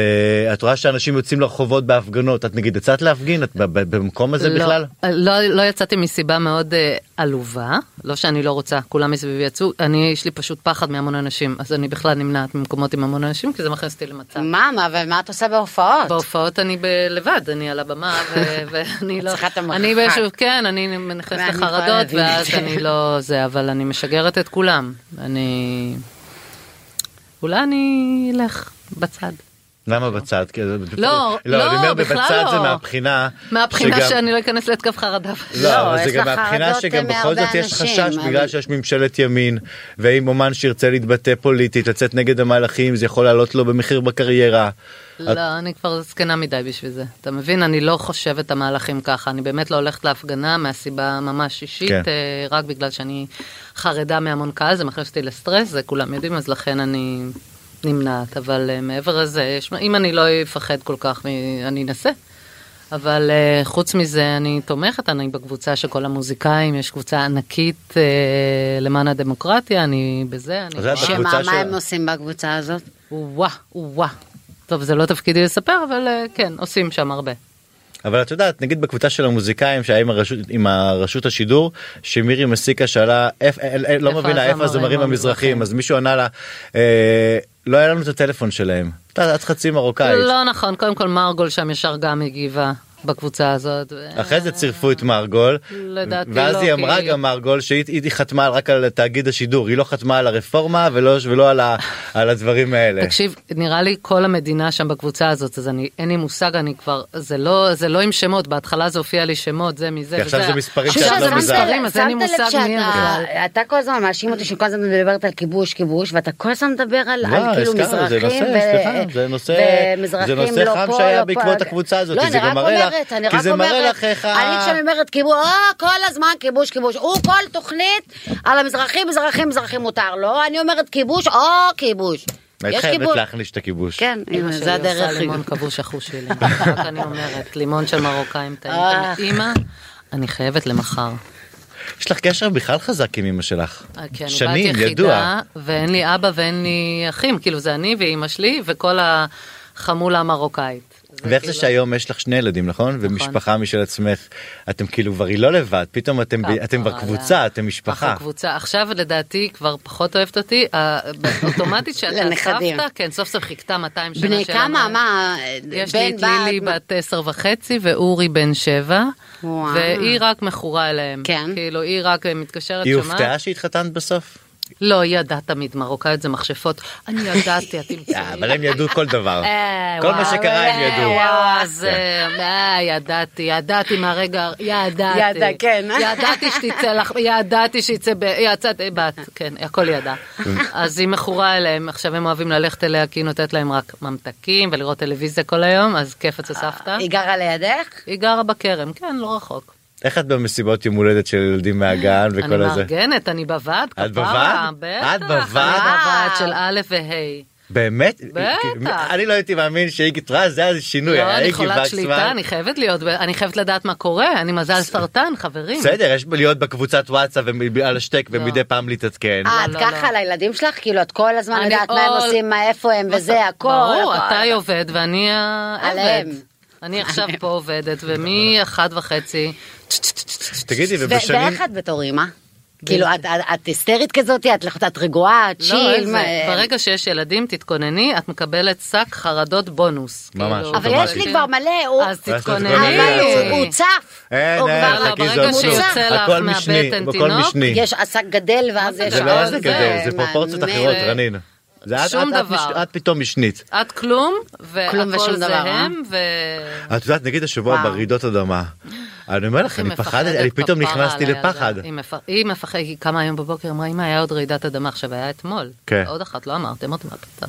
Speaker 2: את רואה שאנשים יוצאים לרחובות בהפגנות, את נגיד יצאת להפגין, את ב- ב- במקום הזה
Speaker 4: לא,
Speaker 2: בכלל?
Speaker 4: לא, לא יצאתי מסיבה מאוד אה, עלובה, לא שאני לא רוצה, כולם מסביבי יצאו, אני, יש לי פשוט פחד מהמון אנשים, אז אני בכלל נמנעת ממקומות עם המון אנשים, כי זה מכניס אותי למצב.
Speaker 3: מה, מה, ומה את עושה בהופעות?
Speaker 4: בהופעות אני ב- לבד, אני על הבמה, ו- ואני לא...
Speaker 3: צריכה את המרחק.
Speaker 4: אני באיזשהו, כן, אני
Speaker 3: ואני
Speaker 4: נכנסת
Speaker 3: יכולה
Speaker 4: לחרדות,
Speaker 3: להבין את
Speaker 4: ואז
Speaker 3: זה.
Speaker 4: אני לא זה, אבל אני משגרת את כולם. אני... אולי אני אלך בצד.
Speaker 2: למה בצד? כי זה-
Speaker 4: לא, לא,
Speaker 2: אני אומר
Speaker 4: בכלל
Speaker 2: בבצד זה
Speaker 4: לא.
Speaker 2: מהבחינה,
Speaker 4: מהבחינה
Speaker 2: שגם-
Speaker 4: שאני לא אכנס להתקף חרדה.
Speaker 2: לא,
Speaker 3: לא,
Speaker 2: אבל זה
Speaker 3: יש
Speaker 2: גם
Speaker 3: לך
Speaker 2: מהבחינה
Speaker 3: חרדות
Speaker 2: שגם בכל
Speaker 3: מהרבה
Speaker 2: זאת יש
Speaker 3: אנשים,
Speaker 2: חשש
Speaker 3: אבל-
Speaker 2: בגלל שיש ממשלת ימין ואם אומן שירצה להתבטא פוליטית לצאת נגד המהלכים זה יכול לעלות לו במחיר בקריירה. את-
Speaker 4: לא, אני כבר זקנה מדי בשביל זה. אתה מבין? אני לא חושבת את המהלכים ככה. אני באמת לא הולכת להפגנה מהסיבה ממש אישית,
Speaker 2: כן.
Speaker 4: אה, רק בגלל שאני חרדה מהמון קהל, זה מכניס אותי לסטרס, זה כולם יודעים, אז לכן אני נמנעת. אבל אה, מעבר לזה, יש- אם אני לא אפחד כל כך, מ- אני אנסה. אבל אה, חוץ מזה, אני תומכת, אני בקבוצה של כל המוזיקאים, יש קבוצה ענקית אה, למען הדמוקרטיה, אני בזה, אני...
Speaker 2: אז את
Speaker 4: רואה.
Speaker 2: בקבוצה
Speaker 3: שמה, מה
Speaker 2: של-
Speaker 3: הם עושים בקבוצה הזאת?
Speaker 4: וואה, וואה. טוב, זה לא תפקידי לספר, אבל אה, כן, עושים שם הרבה.
Speaker 2: אבל את יודעת נגיד בקבוצה של המוזיקאים שהיה עם הרשות, עם הרשות השידור שמירי מסיקה שאלה "איפ- אל- אל- לא
Speaker 4: איפה
Speaker 2: מבינה איפה הזמרים
Speaker 4: הזמרים
Speaker 2: המזרחיים
Speaker 4: המזרחיים?"
Speaker 2: אז מישהו ענה לה "אה, לא היה לנו את הטלפון שלהם. את יודעת, את חצי מרוקאית.
Speaker 4: לא נכון, קודם כל מרגול שם ישר גם הגיבה בקבוצה הזאת.
Speaker 2: אחרי זה צירפו את מרגול,
Speaker 4: לדעתי
Speaker 2: ואז
Speaker 4: לא,
Speaker 2: היא אמרה
Speaker 4: כי-
Speaker 2: גם מרגול שהיא היא חתמה רק על תאגיד השידור, היא לא חתמה על הרפורמה ולא ולא על ה- על הדברים האלה.
Speaker 4: תקשיב, נראה לי כל המדינה שם בקבוצה הזאת, אז אני, אין לי מושג, אני כבר, זה לא, זה לא עם שמות, בהתחלה זה הופיע לי שמות, זה מזה
Speaker 2: כי עכשיו
Speaker 4: וזה.
Speaker 2: זה מספרים
Speaker 4: עכשיו
Speaker 2: שאת לא
Speaker 4: זה
Speaker 2: מזהה.
Speaker 4: מספרים, אז אין לי
Speaker 3: שמת לב
Speaker 4: מושג מי הם
Speaker 3: שאתה- כן.
Speaker 4: בכלל.
Speaker 3: אתה כל הזמן מאשים אותי שכל הזמן מדברת על כיבוש כיבוש ואתה כל הזמן מדבר על
Speaker 2: לא,
Speaker 3: על כאילו
Speaker 2: הזכרנו, זה
Speaker 3: מזרחים
Speaker 2: נושא,
Speaker 3: ו-
Speaker 2: סליחה, זה נושא-
Speaker 3: ומזרחים
Speaker 2: זה נושא
Speaker 3: לא
Speaker 2: חם
Speaker 3: פה,
Speaker 2: שהיה
Speaker 3: לא פה.
Speaker 2: בעקבות הקבוצה הזאת,
Speaker 3: לא,
Speaker 2: כי זה
Speaker 3: אני
Speaker 2: גם
Speaker 3: רק
Speaker 2: מראה לך-
Speaker 3: אומרת, אני
Speaker 2: כי
Speaker 3: רק
Speaker 2: זה מראה
Speaker 3: אומרת,
Speaker 2: לך איך ה-
Speaker 3: אני כשאני אומרת כיבוש, "אה, כל הזמן כיבוש כיבוש, הוא כל תוכנית על המזרחים מזרחים מזרחים מותר לו, אני אומרת כיבוש, או כיבוש.
Speaker 2: היית
Speaker 3: יש
Speaker 2: חייבת
Speaker 3: כיבוש.
Speaker 2: להחליש את הכיבוש.
Speaker 3: כן, הנה,
Speaker 4: אמא
Speaker 3: זה
Speaker 4: שלי עושה
Speaker 3: הדרך.
Speaker 4: לימון כבוש אחוש שלי, רק אני אומרת, לימון של מרוקאים טעים.
Speaker 3: אה.
Speaker 4: אמא, אני חייבת למחר.
Speaker 2: יש לך קשר בכלל חזק עם אמא שלך.
Speaker 4: כי אה, כן, אני
Speaker 2: שנים,
Speaker 4: בת
Speaker 2: ידוע.
Speaker 4: יחידה, ואין לי אבא ואין לי אחים, כאילו זה אני ואימא שלי וכל החמולה המרוקאית.
Speaker 2: ואיך זה
Speaker 4: כאילו-
Speaker 2: שהיום יש לך שני ילדים נכון ומשפחה משל עצמך אתם כאילו כבר היא לא לבד פתאום אתם ב- אתם כבר
Speaker 4: אה,
Speaker 2: קבוצה
Speaker 4: אה.
Speaker 2: אתם משפחה
Speaker 4: אנחנו קבוצה. עכשיו לדעתי כבר פחות אוהבת אותי, אה, אוטומטית שאתה
Speaker 3: לנכדים.
Speaker 4: סבתא, כן, סוף סוף חיכתה 200 שנה
Speaker 3: בני
Speaker 4: שלנו.
Speaker 3: כמה, מה,
Speaker 4: יש לי
Speaker 3: בן
Speaker 4: את לילי
Speaker 3: בת,
Speaker 4: בת עשר וחצי ואורי בן שבע,
Speaker 3: וואו.
Speaker 4: והיא רק מכורה אליהם.
Speaker 3: כן.
Speaker 4: כאילו היא רק אה, מתקשרת,
Speaker 2: היא
Speaker 4: שומעת.
Speaker 2: הופתעה שהתחתנת בסוף
Speaker 4: לא, היא ידעה תמיד, מרוקאיות זה מכשפות. אני ידעתי, את
Speaker 2: אה,
Speaker 4: תמצאי.
Speaker 2: אבל הם ידעו כל דבר.
Speaker 4: אה,
Speaker 2: כל מה
Speaker 4: וואו,
Speaker 2: שקרה הם
Speaker 4: אה,
Speaker 2: ידעו. כן.
Speaker 4: וואו, אז אה, אה, ידעתי, ידעתי מהרגע, ידעתי.
Speaker 3: ידע, כן.
Speaker 4: ידעתי שתצא לך, ידעתי שיצא, ב- יצאת בת, כן, הכל ידע. אז היא מכורה אליהם, עכשיו הם אוהבים ללכת אליה כי היא נותנת להם רק ממתקים ולראות טלוויזיה כל היום, אז כיף אצל סבתא.
Speaker 3: אה, היא גרה לידך?
Speaker 4: היא גרה בכרם, כן, לא רחוק.
Speaker 2: איך את במסיבות יום הולדת של ילדים מהגן
Speaker 4: אה, אני
Speaker 2: וכל הזה?
Speaker 4: מארגנת, אני בוועד.
Speaker 2: את
Speaker 4: כפרה,
Speaker 2: בוועד?
Speaker 4: בטח,
Speaker 2: את בוועד?
Speaker 4: אני בוועד של א' וה'.
Speaker 2: באמת?
Speaker 4: בטח.
Speaker 2: כי- אני לא הייתי מאמין שאיגית רז זה היה שינוי.
Speaker 4: לא, אני
Speaker 2: האיגי
Speaker 4: חולת
Speaker 2: וקסמן-
Speaker 4: שליטה, אני חייבת להיות, ב- אני חייבת לדעת מה קורה, אני מזל סרטן, חברים.
Speaker 2: בסדר, יש להיות בקבוצת וואטסאפ ועל השטק ומדי פעם להתעדכן.
Speaker 3: אה,
Speaker 4: לא,
Speaker 3: את
Speaker 4: לא,
Speaker 3: ככה
Speaker 4: לא.
Speaker 3: לילדים שלך? כאילו, את כל הזמן
Speaker 4: אני
Speaker 3: יודעת מה הם
Speaker 4: all-
Speaker 3: עושים, מה, איפה הם וזה, הכל.
Speaker 4: ברור,
Speaker 3: הכל.
Speaker 4: אתה עובד ואני העבד.
Speaker 3: עליהם.
Speaker 4: אני עכשיו פה עובדת, ומי אחת וחצי...
Speaker 2: תגידי,
Speaker 3: ו-
Speaker 2: ובשנים...
Speaker 3: ואיך את בתור אימא? כאילו, את- את- את היסטרית כזאת? את לחוצה, את רגועה? את
Speaker 4: לא,
Speaker 3: צ'יל?
Speaker 4: איזה.
Speaker 3: מה-
Speaker 4: ברגע שיש ילדים, תתכונני, את מקבלת שק חרדות בונוס.
Speaker 2: ממש,
Speaker 4: כאילו,
Speaker 3: אבל יש
Speaker 2: אוטומטית.
Speaker 3: לי כבר מלא, הוא...
Speaker 4: אז
Speaker 2: ואז
Speaker 4: תתכונני.
Speaker 2: תתכונני,
Speaker 3: אבל הוא- הוא צף.
Speaker 2: אה, אין,
Speaker 3: הוא
Speaker 2: אין,
Speaker 3: כבר-
Speaker 4: לא,
Speaker 2: חכי, זה
Speaker 4: ברגע
Speaker 2: עוד לא.
Speaker 4: שיוצא לך
Speaker 2: הכל משני,
Speaker 4: מהבטן
Speaker 2: הכל
Speaker 4: תינוק,
Speaker 2: משני.
Speaker 3: יש עסק גדל ואז
Speaker 4: זה
Speaker 3: יש
Speaker 2: זה
Speaker 4: שעון,
Speaker 2: לא עסק גדול,
Speaker 4: זה
Speaker 2: זה פרופורציות
Speaker 3: מעניין.
Speaker 2: אחרות, רנין. זה את- את-
Speaker 4: שום
Speaker 2: את
Speaker 4: דבר.
Speaker 2: מש- את פתאום משנית.
Speaker 4: את כלום,
Speaker 3: כלום ושום
Speaker 4: והכל
Speaker 3: דבר, אה?
Speaker 4: זה הם, ו...
Speaker 2: את יודעת, נגיד השבוע
Speaker 3: וואו.
Speaker 2: ברעידות אדמה. אני אומר לך,
Speaker 4: היא
Speaker 2: אני פחדתי,
Speaker 4: מפחדת
Speaker 2: אני פתאום
Speaker 4: כפרה
Speaker 2: נכנסתי
Speaker 4: על הילדה.
Speaker 2: לפחד.
Speaker 4: היא מפח- היא מפחדת, היא קמה היום בבוקר, אמרה, אמא, היה עוד רעידת אדמה, עכשיו היה אתמול.
Speaker 2: כן.
Speaker 4: עוד אחת, לא אמרתם אותי מהפצע.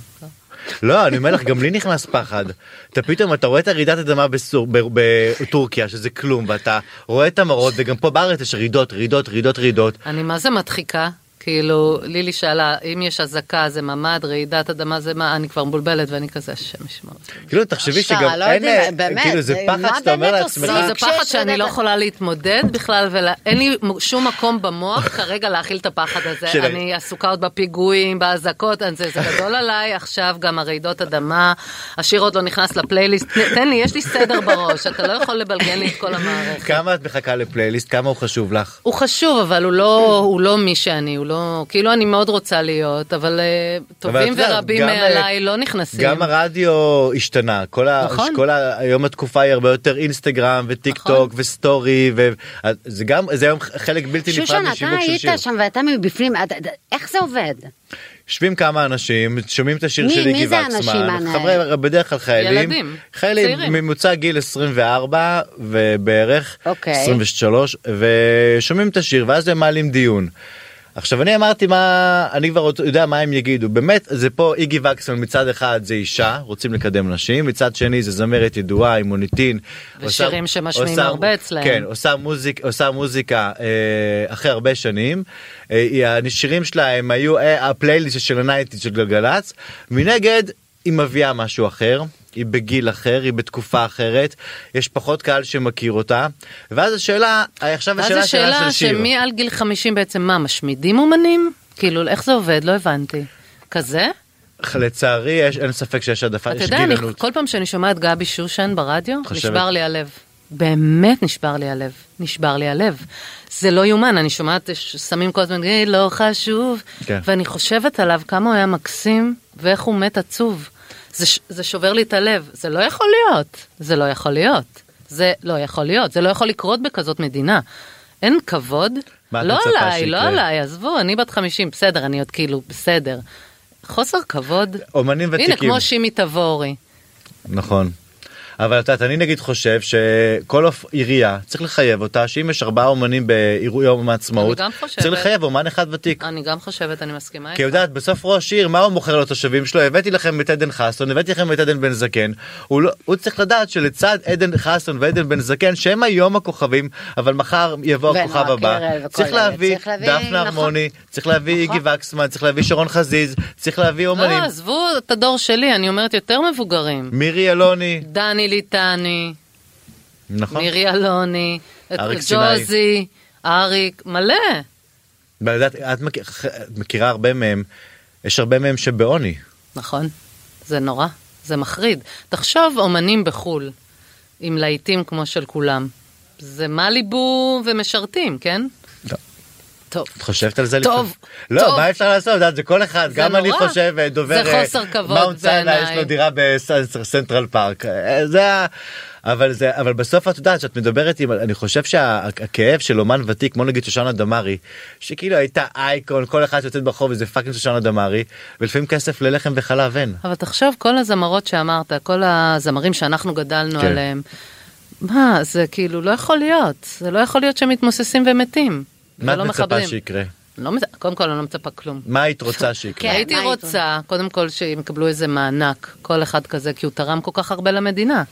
Speaker 2: לא, אני אומר לך, גם לי נכנס פחד. אתה פתאום, אתה רואה את הרעידת אדמה בסור- ב- בטורקיה, שזה כלום, ואתה רואה את המראות, וגם פה בארץ יש רעידות, רעידות, רעידות, רעידות.
Speaker 4: אני מה זה מדחיקה? כאילו, לילי שאלה, אם יש אזעקה זה ממ"ד, רעידת אדמה זה מה, אני כבר מבולבלת ואני כזה, השם ישמור.
Speaker 2: כאילו, תחשבי
Speaker 3: עכשיו,
Speaker 2: שגם
Speaker 3: לא
Speaker 2: אין,
Speaker 3: יודעים,
Speaker 2: אה,
Speaker 3: באמת,
Speaker 2: כאילו, זה
Speaker 3: אה,
Speaker 2: פחד
Speaker 3: מה
Speaker 2: שאתה אומר
Speaker 3: באמת
Speaker 2: לעצמך,
Speaker 3: עושים?
Speaker 4: זה
Speaker 3: כשיש
Speaker 4: פחד שאני לא
Speaker 3: רעידת-
Speaker 4: יכולה להתמודד בכלל, ואין לי שום מקום במוח כרגע להכיל את הפחד
Speaker 2: של-
Speaker 4: הזה. אני עסוקה עוד בפיגועים, באזעקות, אז זה זה גדול עליי, עכשיו גם הרעידות אדמה, השיר עוד לא נכנס לפלייליסט, תן לי, יש לי סדר בראש, אתה לא יכול לבלגן לי את כל המערכת.
Speaker 2: כמה את מחכה לפלייליסט, כמה הוא חשוב לך.
Speaker 4: הוא חשוב, אבל הוא לא, הוא לא מי שאני, הוא לא, כאילו אני מאוד רוצה להיות, אבל אה,
Speaker 2: אבל
Speaker 4: טובים
Speaker 2: את יודעת,
Speaker 4: ורבים
Speaker 2: גם, אה,
Speaker 4: מעליי לא נכנסים.
Speaker 2: גם הרדיו השתנה, כל ה-
Speaker 4: נכון.
Speaker 2: כל ה- היום התקופה היא הרבה יותר אינסטגרם וטיק
Speaker 4: נכון.
Speaker 2: טוק וסטורי, וזה גם, זה היום חלק בלתי נפרד
Speaker 3: שושן, אתה
Speaker 2: משיווק של
Speaker 3: היית
Speaker 2: שיר.
Speaker 3: שם ואתה מבפנים, את- את- איך זה עובד?
Speaker 2: יושבים כמה אנשים, שומעים את השיר
Speaker 3: מי-
Speaker 2: של
Speaker 3: מי
Speaker 2: איגי
Speaker 3: זה האנשים
Speaker 2: וקסמן,
Speaker 3: האלה?
Speaker 2: חברי בדרך כלל חיילים,
Speaker 4: ילדים,
Speaker 2: חיילים,
Speaker 4: צעירים.
Speaker 2: ממוצע גיל 24 ובערך
Speaker 3: אוקיי.
Speaker 2: 23, ושומעים את השיר ואז הם מעלים דיון. עכשיו אני אמרתי מה, אני כבר עוד יודע מה הם יגידו, באמת זה פה איגי וקסמן מצד אחד זה אישה, רוצים לקדם נשים, מצד שני זה זמרת ידועה עם מוניטין.
Speaker 4: ושירים
Speaker 2: עושה-
Speaker 4: שמשמיעים
Speaker 2: עושה-
Speaker 4: הרבה אצלהם.
Speaker 2: כן, עושה, מוזיק, עושה מוזיקה אה, אחרי הרבה שנים. אה, היא- השירים שלה הם היו אה, הפלייליסט של הנייטיז של גלגלצ. מנגד, היא מביאה משהו אחר, היא בגיל אחר, היא בתקופה אחרת, יש פחות קהל שמכיר אותה. ואז השאלה, אה, עכשיו
Speaker 4: ואז
Speaker 2: השאלה,
Speaker 4: השאלה
Speaker 2: של שיר.
Speaker 4: שמי על גיל 50 בעצם, מה, משמידים אומנים? כאילו, איך זה עובד? לא הבנתי. כזה?
Speaker 2: לצערי, יש, אין ספק שיש העדפה,
Speaker 4: אתה
Speaker 2: יש
Speaker 4: יודע, אני,
Speaker 2: גילנות.
Speaker 4: כל פעם שאני שומעת גבי שושן ברדיו,
Speaker 2: חושבת-
Speaker 4: נשבר לי הלב. באמת נשבר לי הלב. נשבר לי הלב. זה לא יאומן, אני שומעת ששמים כל הזמן, "אה, לא חשוב,
Speaker 2: כן.
Speaker 4: ואני חושבת עליו כמה הוא היה מקסים, ואיך הוא מת עצוב. זה, ש- זה שובר לי את הלב. זה לא יכול להיות. זה לא יכול להיות. זה לא יכול להיות. זה לא יכול לקרות בכזאת מדינה. אין כבוד.
Speaker 2: מה את
Speaker 4: לא
Speaker 2: מצפה
Speaker 4: עליי, לא
Speaker 2: שיקרה?
Speaker 4: עליי, עזבו, אני בת 50, בסדר, אני עוד כאילו, בסדר. חוסר כבוד.
Speaker 2: אומנים
Speaker 4: הנה,
Speaker 2: ותיקים.
Speaker 4: כמו שימי תבורי.
Speaker 2: נכון. אבל את יודעת, אני נגיד חושב שכל אוף עירייה צריך לחייב אותה שאם יש ארבעה אומנים באירוע יום העצמאות,
Speaker 4: אני גם חושבת.
Speaker 2: צריך לחייב אומן אחד ותיק.
Speaker 4: אני גם חושבת, אני מסכימה
Speaker 2: כי יודעת בסוף ראש עיר מה הוא מוכר לתושבים שלו הבאתי לכם את עדן חסון הבאתי לכם את עדן בן זקן הוא לא הוא צריך לדעת שלצד עדן חסון ועדן בן זקן שהם היום הכוכבים אבל מחר יבוא
Speaker 3: ונועה
Speaker 2: הכוכב הבא
Speaker 3: קירל וכל
Speaker 2: צריך
Speaker 3: אלה.
Speaker 2: להביא
Speaker 3: צריך להביא,
Speaker 2: דפנה
Speaker 3: נכון.
Speaker 2: הרמוני צריך להביא איגי וקסמן צריך להביא שרון חזיז צריך להביא אומנים
Speaker 4: נכון. לא, עזבו את הדור שלי, אני אומרת יותר מבוגרים.
Speaker 2: מירי אלוני
Speaker 4: דני ליטני,
Speaker 2: נכון
Speaker 4: מירי אלוני, את
Speaker 2: אריק סיני.
Speaker 4: ג'וזי, אריק, מלא.
Speaker 2: ואת את מכיר- את מכירה הרבה מהם יש הרבה מהם שבעוני
Speaker 4: נכון, זה נורא, זה מחריד. תחשוב, אומנים בחו"ל, עם
Speaker 2: לא.
Speaker 4: להיטים כמו של כולם. זה מה ליבו ומשרתים, כן? טוב.
Speaker 2: את חושבת על זה?
Speaker 4: טוב,
Speaker 2: לפעמים? לא,
Speaker 4: טוב.
Speaker 2: מה אפשר לעשות? את יודעת, זה כל אחד.
Speaker 4: זה
Speaker 2: גם אני
Speaker 4: נורא.
Speaker 2: חושב, אה, דובר...
Speaker 4: זה
Speaker 2: אה,
Speaker 4: חוסר כבוד
Speaker 2: מאונט סיינה, יש
Speaker 4: בעיניי.
Speaker 2: לו דירה בסנטרל פארק. אה, זה ה... אבל זה אבל בסוף את יודעת שאת מדברת עם אני חושב שהכאב של אומן ותיק כמו נגיד שושנה דמארי שכאילו הייתה אייקון כל אחד שיוצאת ברחוב וזה פאקינג שושנה דמארי ולפעמים כסף ללחם וחלב אין.
Speaker 4: אבל תחשוב, כל הזמרות שאמרת, כל הזמרים שאנחנו גדלנו
Speaker 2: כן.
Speaker 4: עליהם, מה, זה כאילו לא יכול להיות. זה לא יכול להיות שהם מתמוססים ומתים.
Speaker 2: מה את
Speaker 4: ולא
Speaker 2: מצפה
Speaker 4: מכבדים.
Speaker 2: שיקרה?
Speaker 4: לא מצ- קודם כל, אני לא מצפה כלום.
Speaker 2: מה היית רוצה שיקרה?
Speaker 3: כן,
Speaker 4: הייתי
Speaker 3: מה היית
Speaker 4: רוצה, קודם כל, שהם יקבלו איזה מענק, כל אחד כזה, כי הוא תרם כל כך הרבה למדינה.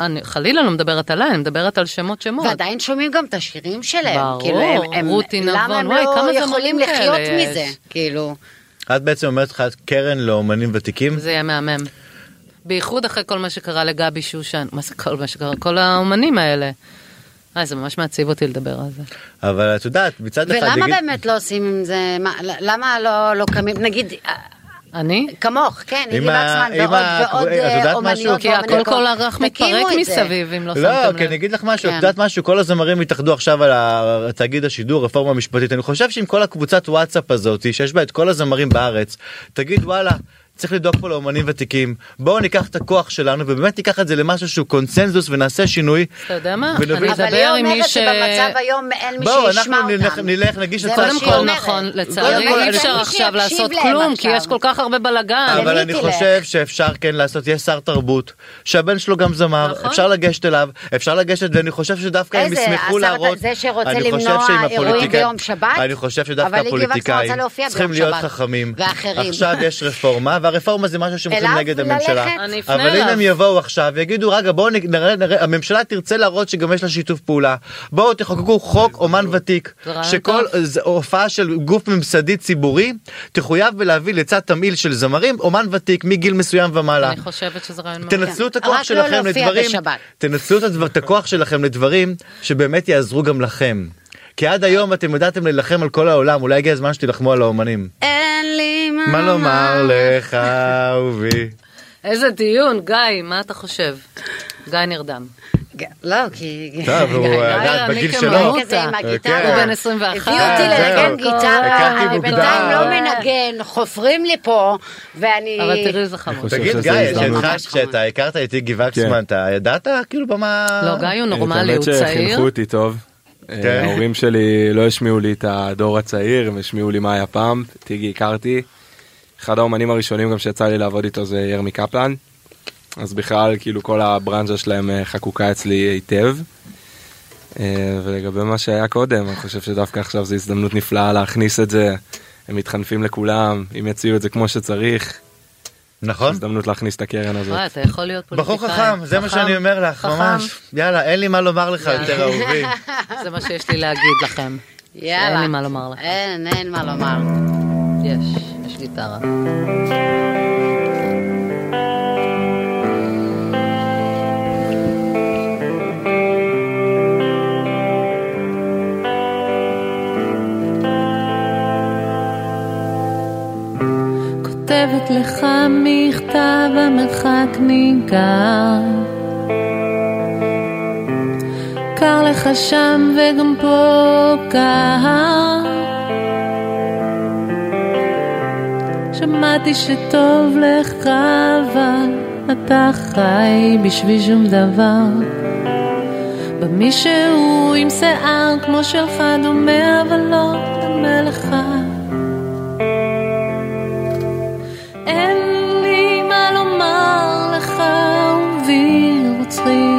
Speaker 4: אני חלילה לא מדברת עליי, אני מדברת על שמות שמות.
Speaker 3: ועדיין שומעים גם את השירים שלהם.
Speaker 4: ברור,
Speaker 3: כאילו, הם- הם-
Speaker 4: רותי
Speaker 3: למה
Speaker 4: נבון,
Speaker 3: הם
Speaker 4: וואי, כמה
Speaker 3: לא
Speaker 4: זמרים
Speaker 3: יכולים
Speaker 4: כאלה
Speaker 3: לחיות
Speaker 4: יש.
Speaker 3: מזה? כאילו,
Speaker 2: את בעצם אומרת לך קרן לאומנים ותיקים?
Speaker 4: זה יהיה מהמם. בייחוד אחרי כל מה שקרה לגבי שושן. מה זה כל מה שקרה? כל האומנים האלה. אה, זה ממש מעציב אותי לדבר על זה.
Speaker 2: אבל את יודעת מצד אחד
Speaker 3: ולמה
Speaker 2: נגיד-
Speaker 3: באמת לא עושים עם זה, מה- למה לא- לא קמים, נגיד,
Speaker 4: אני?
Speaker 3: כמוך, כן,
Speaker 2: עם
Speaker 3: אידי
Speaker 2: ה-
Speaker 3: וקסמן
Speaker 2: עם
Speaker 3: ועוד
Speaker 2: ה-
Speaker 3: ועוד
Speaker 2: את יודעת
Speaker 3: אה,
Speaker 2: משהו?
Speaker 3: אומניות
Speaker 4: כי הכל
Speaker 3: ואומנים.
Speaker 4: כל הרך
Speaker 3: תקימו
Speaker 4: מתפרק
Speaker 3: את זה.
Speaker 4: מסביב, אם לא
Speaker 2: לא,
Speaker 4: שמתם
Speaker 2: כי
Speaker 4: לב.
Speaker 2: אני אגיד לך משהו, את
Speaker 3: כן.
Speaker 2: יודעת משהו, כל הזמרים התאחדו עכשיו על ה- תאגיד השידור, רפורמה משפטית, אני חושב שעם כל הקבוצת וואטסאפ הזאת, שיש בה את כל הזמרים בארץ, תגיד וואלה. צריך לדאוג פה לאומנים ותיקים, בואו ניקח את הכוח שלנו ובאמת ניקח את זה למשהו שהוא קונסנזוס ונעשה שינוי.
Speaker 4: אתה יודע מה?
Speaker 2: ונוביל-
Speaker 4: אני
Speaker 3: אבל היא
Speaker 4: אדבר עם מי
Speaker 3: אומרת
Speaker 4: ש-
Speaker 3: שבמצב היום אין מי
Speaker 2: בואו,
Speaker 3: שישמע
Speaker 2: אנחנו נלך-
Speaker 3: אותם.
Speaker 2: נלך, נגיש
Speaker 3: זה
Speaker 2: הצעה
Speaker 3: מה
Speaker 4: קודם
Speaker 3: שהיא
Speaker 4: כל
Speaker 3: אומרת.
Speaker 4: נכון,
Speaker 2: קודם
Speaker 4: לצערי
Speaker 2: כל,
Speaker 4: אי
Speaker 2: אין
Speaker 4: אפשר
Speaker 2: מי
Speaker 4: עכשיו לעשות
Speaker 3: שיקשיב להם
Speaker 4: כלום, כי
Speaker 3: עכשיו.
Speaker 4: יש כל כך הרבה בלאגן.
Speaker 2: אבל אני
Speaker 3: למי תלך?
Speaker 2: חושב שאפשר כן לעשות, יש שר תרבות, שהבן שלו גם זמר,
Speaker 4: נכון.
Speaker 2: אפשר לגשת אליו, אפשר לגשת, ואני חושב שדווקא הם
Speaker 3: איזה?
Speaker 2: ישמחו
Speaker 3: השר-
Speaker 2: להראות,
Speaker 3: זה שרוצה
Speaker 2: אני חושב
Speaker 3: למנוע
Speaker 2: שעם
Speaker 3: אירועים
Speaker 2: הפוליטיקאים-
Speaker 3: ביום שבת?
Speaker 2: אני חושב שדווקא
Speaker 3: אבל איגי וקסמן
Speaker 2: הפוליטיקאים
Speaker 3: רוצה להופיע ביום
Speaker 2: צריכים להיות
Speaker 3: שבת.
Speaker 2: חכמים,
Speaker 3: ואחרים.
Speaker 2: עכשיו יש רפורמה, והרפורמה זה משהו שמוכרים
Speaker 3: אליו
Speaker 2: נגד הממשלה,
Speaker 3: ללכת?
Speaker 4: אני אפנה
Speaker 2: אבל אם
Speaker 4: אליו.
Speaker 2: הם יבואו עכשיו ויגידו רגע בואו נ- נראה, נראה, הממשלה תרצה להראות שגם יש לה שיתוף פעולה, בואו תחוקקו חוק אומן ותיק,
Speaker 4: זה רעיון
Speaker 2: שכל ז- הופעה של גוף ממסדי ציבורי תחויב ולהביא לצד תמהיל של זמרים אומן ותיק מגיל מסוים ומעלה.
Speaker 4: אני חושבת שזה רעיון מעולה.
Speaker 2: תנצלו את
Speaker 3: רק
Speaker 2: הכוח
Speaker 3: לא
Speaker 2: שלכם
Speaker 3: להופיע
Speaker 2: לדברים,
Speaker 3: בשבת.
Speaker 2: תנצלו את הדבר- את הכוח שלכם לדברים שבאמת יעזרו גם לכם. כי עד היום אתם ידעתם להילחם על כל העולם, אולי הגיע הזמן שתילחמו על האומנים.
Speaker 3: אין לי מה...
Speaker 2: מה לומר לך, אהובי?
Speaker 4: איזה דיון, גיא, מה אתה חושב? גיא נרדם.
Speaker 3: לא, כי...
Speaker 2: טוב, הוא,
Speaker 3: לא,
Speaker 2: אה,
Speaker 4: יודע,
Speaker 2: יודעת,
Speaker 4: אני
Speaker 2: בגיל
Speaker 4: כמוהו.
Speaker 2: שלו.
Speaker 4: אני
Speaker 3: כזה עם
Speaker 2: אה,
Speaker 3: הגיטרה.
Speaker 2: כן.
Speaker 4: הוא בן 21.
Speaker 3: הביאו אותי
Speaker 2: אה,
Speaker 3: לנגן
Speaker 2: זהו.
Speaker 3: גיטרה,
Speaker 2: הכרתי
Speaker 3: אני
Speaker 2: מוקדם.
Speaker 3: בינתיים לא מנגן, חופרים לי פה, ואני...
Speaker 4: אבל תראי איזה חמוד.
Speaker 6: חושב
Speaker 2: תגיד
Speaker 6: שזה
Speaker 2: גיא,
Speaker 6: הזדמנות.
Speaker 2: שאתך-
Speaker 3: ממש חמוד.
Speaker 2: שאתה הכרת את איגי וקסמן,
Speaker 6: כן.
Speaker 2: אתה ידעת כאילו במה...
Speaker 4: לא, גיא הוא נורמלי, הוא
Speaker 6: האמת
Speaker 4: צעיר.
Speaker 6: שחינכו אותי טוב.
Speaker 2: כן.
Speaker 6: אה, ההורים שלי לא השמיעו לי את הדור הצעיר, הם השמיעו לי מה היה פעם, טיגי הכרתי. אחד האומנים הראשונים גם שיצא לי לעבוד איתו זה ירמי קפלן. אז בכלל, כאילו כל הברנז'ה שלהם אה, חקוקה אצלי היטב. אה, ולגבי מה שהיה קודם, אני חושב שדווקא עכשיו זו הזדמנות נפלאה להכניס את זה. הם מתחנפים לכולם, אם יציעו את זה כמו שצריך,
Speaker 2: נכון?
Speaker 6: הזדמנות להכניס את הקרן הזאת.
Speaker 4: וואי, אתה יכול להיות פוליטיקאי.
Speaker 2: בחור חכם, זה מה שאני אומר לך,
Speaker 4: חכם.
Speaker 2: ממש. יאללה, אין לי מה לומר לך יותר אהובי.
Speaker 4: זה מה שיש לי להגיד לכם.
Speaker 3: יאללה.
Speaker 4: שאין לי מה לומר לך.
Speaker 3: אין, אין מה לומר.
Speaker 4: יש, יש גיטרה. כותבת לך מכתב המרחק ניכר. קר לך שם וגם פה קר. שמעתי שטוב לך, אבל אתה חי בשביל שום דבר. במישהו עם שיער כמו שלך דומה, אבל לא דומה לך. אין לי מה לומר לך, אהובי רוצחי.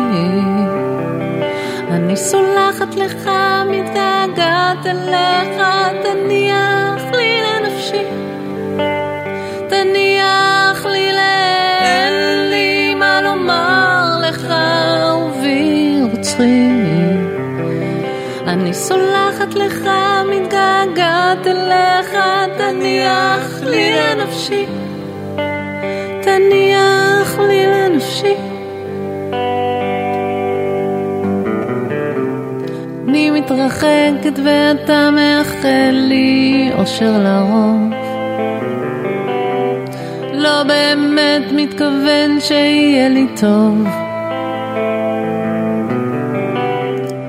Speaker 4: אני סולחת לך מתגעגעת אליך, תניח לי לנפשי. תניח לי לב, אין לי מה לומר לך, אהובי רוצחי. אני סולחת לך, מתגעגעת אליך, תניח לי לנפשי. תניח לי לנפשי. אני מתרחקת ואתה מאחל לי אושר לרוב. לא באמת מתכוון שיהיה לי טוב.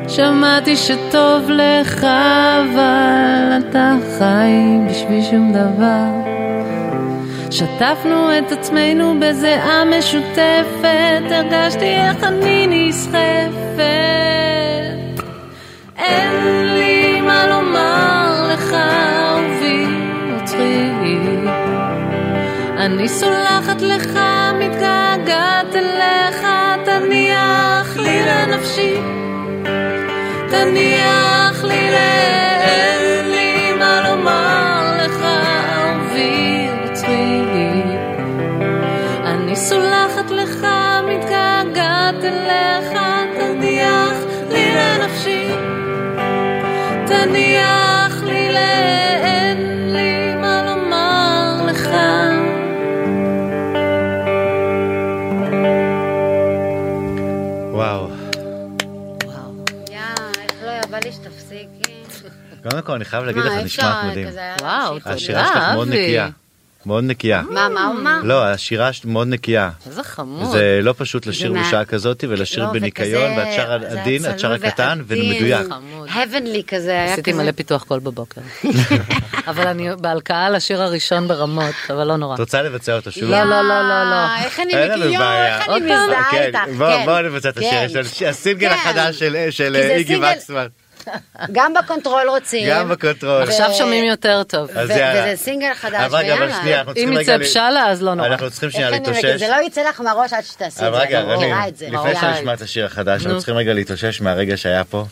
Speaker 4: שמעתי שטוב לך, אבל אתה חי בשביל שום דבר. שטפנו את עצמנו בזיעה משותפת, הרגשתי איך אני נסחפת. אין לי מה לומר לך, אהובי, לא עוצרי. אני סולחת לך, מתגעגעת אליך, תניח לי לנפשי, תניח לי ל... אין לי מה לומר לך, אהובי, עוצרי. אני סולחת לך, מתגעגעת אליך, תניח לי לנפשי, תניח לי ל... אין לי מה לומר לך.
Speaker 2: וואו.
Speaker 3: יא, איך לא יבא לי שתפסיקי.
Speaker 2: קודם כל אני חייב להגיד לך,
Speaker 3: מה, אי
Speaker 2: נשמעת
Speaker 3: אפשר,
Speaker 2: מדהים.
Speaker 3: כזה,
Speaker 4: וואו,
Speaker 3: להמשיך.
Speaker 2: השירה שלך מאוד
Speaker 4: אהבתי.
Speaker 2: נקייה. מאוד נקייה.
Speaker 3: מה, מה הוא אמר?
Speaker 2: לא, השירה ש- מאוד נקייה.
Speaker 4: איזה חמוד.
Speaker 2: זה לא פשוט לשיר
Speaker 3: ומה-
Speaker 2: בשעה כזאת ולשיר
Speaker 3: לא,
Speaker 2: בניקיון,
Speaker 3: וכזה-
Speaker 2: ואת שרה
Speaker 3: זה
Speaker 2: עדין,
Speaker 3: היה
Speaker 2: את שרה
Speaker 3: צלול
Speaker 2: קטן
Speaker 3: ועדין.
Speaker 2: ומדויק.
Speaker 4: חמוד.
Speaker 3: heavenly כזה, היה
Speaker 4: עשיתי
Speaker 3: כזה.
Speaker 4: מלא פיתוח קול בבוקר. אבל אני בהלקאה לשיר הראשון ברמות, אבל לא נורא.
Speaker 2: את רוצה לבצע אותה שוב?
Speaker 4: לא, לא, לא, לא, לא.
Speaker 3: אה, איך אני
Speaker 2: אין לנו
Speaker 3: מכיר, יואו,
Speaker 2: בעיה.
Speaker 3: איך אני
Speaker 4: עוד פעם?
Speaker 3: מזדהה
Speaker 2: כן,
Speaker 3: איתך.
Speaker 2: בוא-
Speaker 3: כן.
Speaker 2: בואו נבצע את השיר
Speaker 3: כן.
Speaker 2: של של- הסינגל
Speaker 3: כן.
Speaker 2: החדש של- של
Speaker 3: כי זה
Speaker 2: איגי
Speaker 3: סינגל-
Speaker 2: וקסמן.
Speaker 3: גם בקונטרול רוצים.
Speaker 2: גם בקונטרול.
Speaker 4: עכשיו שומעים יותר טוב.
Speaker 2: אז
Speaker 3: ו-
Speaker 2: יאללה.
Speaker 3: וזה סינגל חדש,
Speaker 2: אבל רגע, אבל
Speaker 3: ויאללה.
Speaker 2: שנייה, אנחנו
Speaker 4: אם
Speaker 2: אה, צריכים רגע...
Speaker 4: יצא
Speaker 2: ל-
Speaker 4: בשאלה, אז לא נורא.
Speaker 2: אנחנו צריכים שנייה
Speaker 3: איך אני מכיר?
Speaker 2: להתאושש.
Speaker 3: זה לא יצא לך מהראש עד שתעשי את
Speaker 2: אבל
Speaker 3: זה.
Speaker 2: רגע,
Speaker 3: אני מכירה את זה.
Speaker 2: רני, לפני
Speaker 3: ברור.
Speaker 2: שנשמע את השיר החדש, אנחנו צריכים רגע להתאושש מהרגע שהיה פה,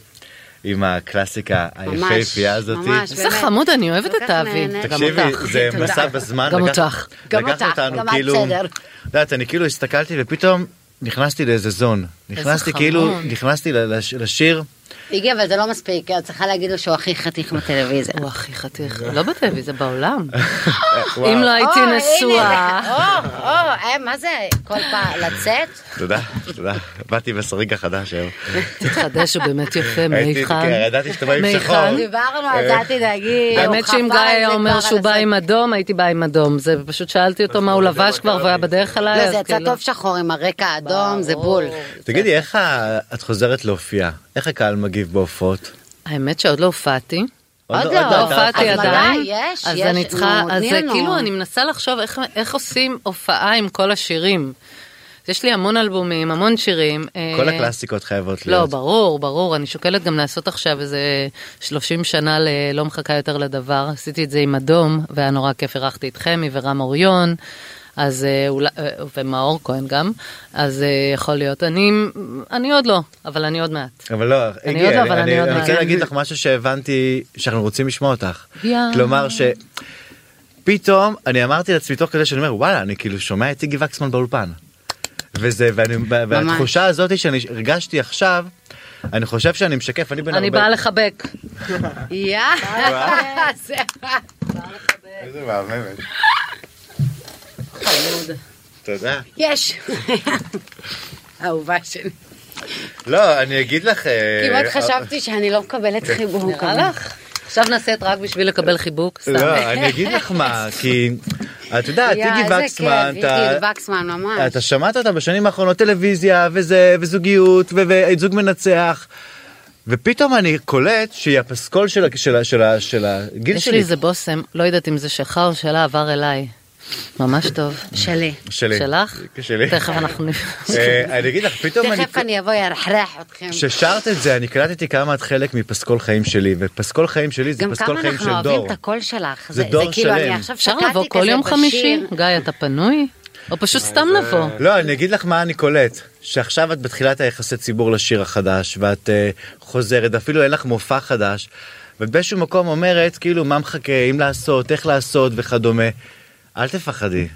Speaker 2: עם הקלאסיקה
Speaker 3: ממש,
Speaker 2: היפהפייה הזאתי.
Speaker 3: ממש,
Speaker 4: איזה
Speaker 3: באמת.
Speaker 4: חמוד, אני אוהבת
Speaker 3: כל
Speaker 4: את
Speaker 3: כך
Speaker 4: האבי.
Speaker 3: נהנית.
Speaker 2: תקשיבי,
Speaker 4: גם אותך.
Speaker 2: זה
Speaker 3: תודה.
Speaker 2: מסע בזמן.
Speaker 4: גם
Speaker 2: לקח-
Speaker 4: אותך.
Speaker 3: גם
Speaker 2: לקח
Speaker 3: אותך,
Speaker 2: אותנו,
Speaker 3: גם את
Speaker 2: כאילו,
Speaker 3: בסדר.
Speaker 2: את יודעת, אני כאילו הסתכלתי ופתאום נכנסתי לאיזה זון. נכנסתי
Speaker 4: חמוד.
Speaker 2: כאילו, נכנסתי ל- לש- לשיר.
Speaker 3: הגיע, אבל זה לא מספיק, את צריכה להגיד לו שהוא הכי חתיך בטלוויזיה.
Speaker 4: הוא הכי חתיך, לא בטלוויזיה, בעולם.
Speaker 2: וואו.
Speaker 4: אם לא הייתי
Speaker 3: או, הנה,
Speaker 4: נשואה.
Speaker 3: או, או, אה, מה זה? כל פעם לצאת?
Speaker 2: תודה, תודה. באתי בסריג החדש היום.
Speaker 4: תתחדש, הוא באמת יפה,
Speaker 2: הייתי-
Speaker 4: מיכן.
Speaker 2: כן, ידעתי שאתה בא עם
Speaker 4: מיכן.
Speaker 2: שחור.
Speaker 3: דיברנו על
Speaker 2: אה,
Speaker 3: זה, אל תדאגי.
Speaker 4: האמת
Speaker 3: הוא
Speaker 4: שאם
Speaker 3: חפר
Speaker 4: גיא
Speaker 3: על
Speaker 4: היה
Speaker 3: זה
Speaker 4: אומר
Speaker 3: כבר
Speaker 4: שהוא
Speaker 3: על
Speaker 4: בא
Speaker 3: הסרט.
Speaker 4: עם אדום, הייתי באה עם אדום. זה פשוט שאלתי אותו מה הוא לבש כבר והוא היה בדרך אליי.
Speaker 3: לא,
Speaker 4: אז
Speaker 3: זה יצא
Speaker 4: כאילו-
Speaker 3: טוב שחור עם הרקע האדום, זה בול.
Speaker 2: תגידי, איך ה- את חוזרת להופיע? איך הקהל מגיב בהופעות?
Speaker 4: האמת שעוד לא הופעתי.
Speaker 2: עוד
Speaker 3: עוד
Speaker 2: לא,
Speaker 3: לא,
Speaker 2: אתה-
Speaker 4: לא הופעתי
Speaker 3: אז
Speaker 4: עדיין,
Speaker 3: מתי? יש,
Speaker 4: אז
Speaker 3: יש,
Speaker 4: אני צריכה,
Speaker 3: נו,
Speaker 4: אז
Speaker 3: תני
Speaker 4: זה
Speaker 3: לנו.
Speaker 4: כאילו אני מנסה לחשוב איך- איך עושים הופעה עם כל השירים. יש לי המון אלבומים, המון שירים.
Speaker 2: כל
Speaker 4: אה,
Speaker 2: הקלאסיקות חייבות
Speaker 4: לא,
Speaker 2: להיות.
Speaker 4: ברור, ברור, אני שוקלת גם לעשות עכשיו איזה 30 שנה ללא מחכה יותר לדבר, עשיתי את זה עם אדום, והיה נורא כיף, אירחתי את חמי ורם אוריון, אז אה, אולי, אה, ומאור כהן גם, אז אה, יכול להיות, אני, אני עוד לא, אבל אני עוד מעט.
Speaker 2: אבל לא,
Speaker 4: אני
Speaker 2: איגי,
Speaker 4: עוד לא, אבל אני עוד
Speaker 2: אני רוצה
Speaker 4: מעט.
Speaker 2: להגיד לך משהו שהבנתי שאנחנו רוצים לשמוע אותך.
Speaker 4: יאה.
Speaker 2: כלומר ש... פתאום אני אמרתי לעצמי תוך כדי שאני אומר וואלה אני כאילו שומע את איגי וקסמן באולפן. וזה ואני והתחושה הזאת שאני הרגשתי עכשיו אני חושב שאני משקף אני בן
Speaker 4: אני
Speaker 2: הרבה-
Speaker 4: באה לחבק.
Speaker 3: יא, זה-
Speaker 2: איזה מהממת. תודה.
Speaker 3: יש. אהובה שלי.
Speaker 2: לא אני אגיד לך אה,
Speaker 3: כמעט חשבתי שאני לא מקבלת חיבוק.
Speaker 4: נראה לך? עכשיו נעשה את רק בשביל לקבל חיבוק, סתם.
Speaker 2: לא אני אגיד לך מה כי את יודעת
Speaker 3: יא,
Speaker 2: איגי
Speaker 3: איזה
Speaker 2: וקסמן
Speaker 3: כיף,
Speaker 2: אתה- אה,
Speaker 3: איגי וקסמן, ממש.
Speaker 2: אתה שמעת אותה בשנים האחרונות טלוויזיה וזה וזוגיות ו- וזוג מנצח. ופתאום אני קולט שהיא הפסקול של, ה- של, ה- של, ה- של הגיל
Speaker 4: יש
Speaker 2: שלי,
Speaker 4: לי איזה בושם, לא יודעת אם זה שלך או שלה, עבר אליי. ממש טוב.
Speaker 3: שלי.
Speaker 2: שלי.
Speaker 4: שלך?
Speaker 2: כן, שלי.
Speaker 4: תכף אנחנו נ...
Speaker 2: אה, אני אגיד לך, פתאום אני...
Speaker 3: תכף אני אבוא ירחרח אתכם.
Speaker 2: כששרת את זה אני קלטתי כמה את חלק מפסקול חיים שלי, ופסקול חיים שלי זה
Speaker 3: גם
Speaker 2: פסקול
Speaker 3: כמה
Speaker 2: חיים של
Speaker 3: אנחנו אוהבים
Speaker 2: דור.
Speaker 3: את הקול שלך.
Speaker 2: זה
Speaker 3: זה
Speaker 2: דור
Speaker 3: זה כאילו, אני
Speaker 2: שלם.
Speaker 3: עכשיו
Speaker 4: אפשר
Speaker 3: שקעתי
Speaker 4: לבוא כל
Speaker 3: כזה
Speaker 4: יום
Speaker 3: בשיר.
Speaker 4: חמישי? גיא, אתה פנוי? או פשוט סתם נבוא.
Speaker 2: לא, אני אגיד לך מה אני קולט, שעכשיו את בתחילת היחסי ציבור לשיר החדש, ואת אה, חוזרת, אפילו אין לך מופע חדש, ובאיזשהו מקום אומרת, כאילו, מה מחכה, אם לעשות, איך לעשות וכדומה. אל תפחדי.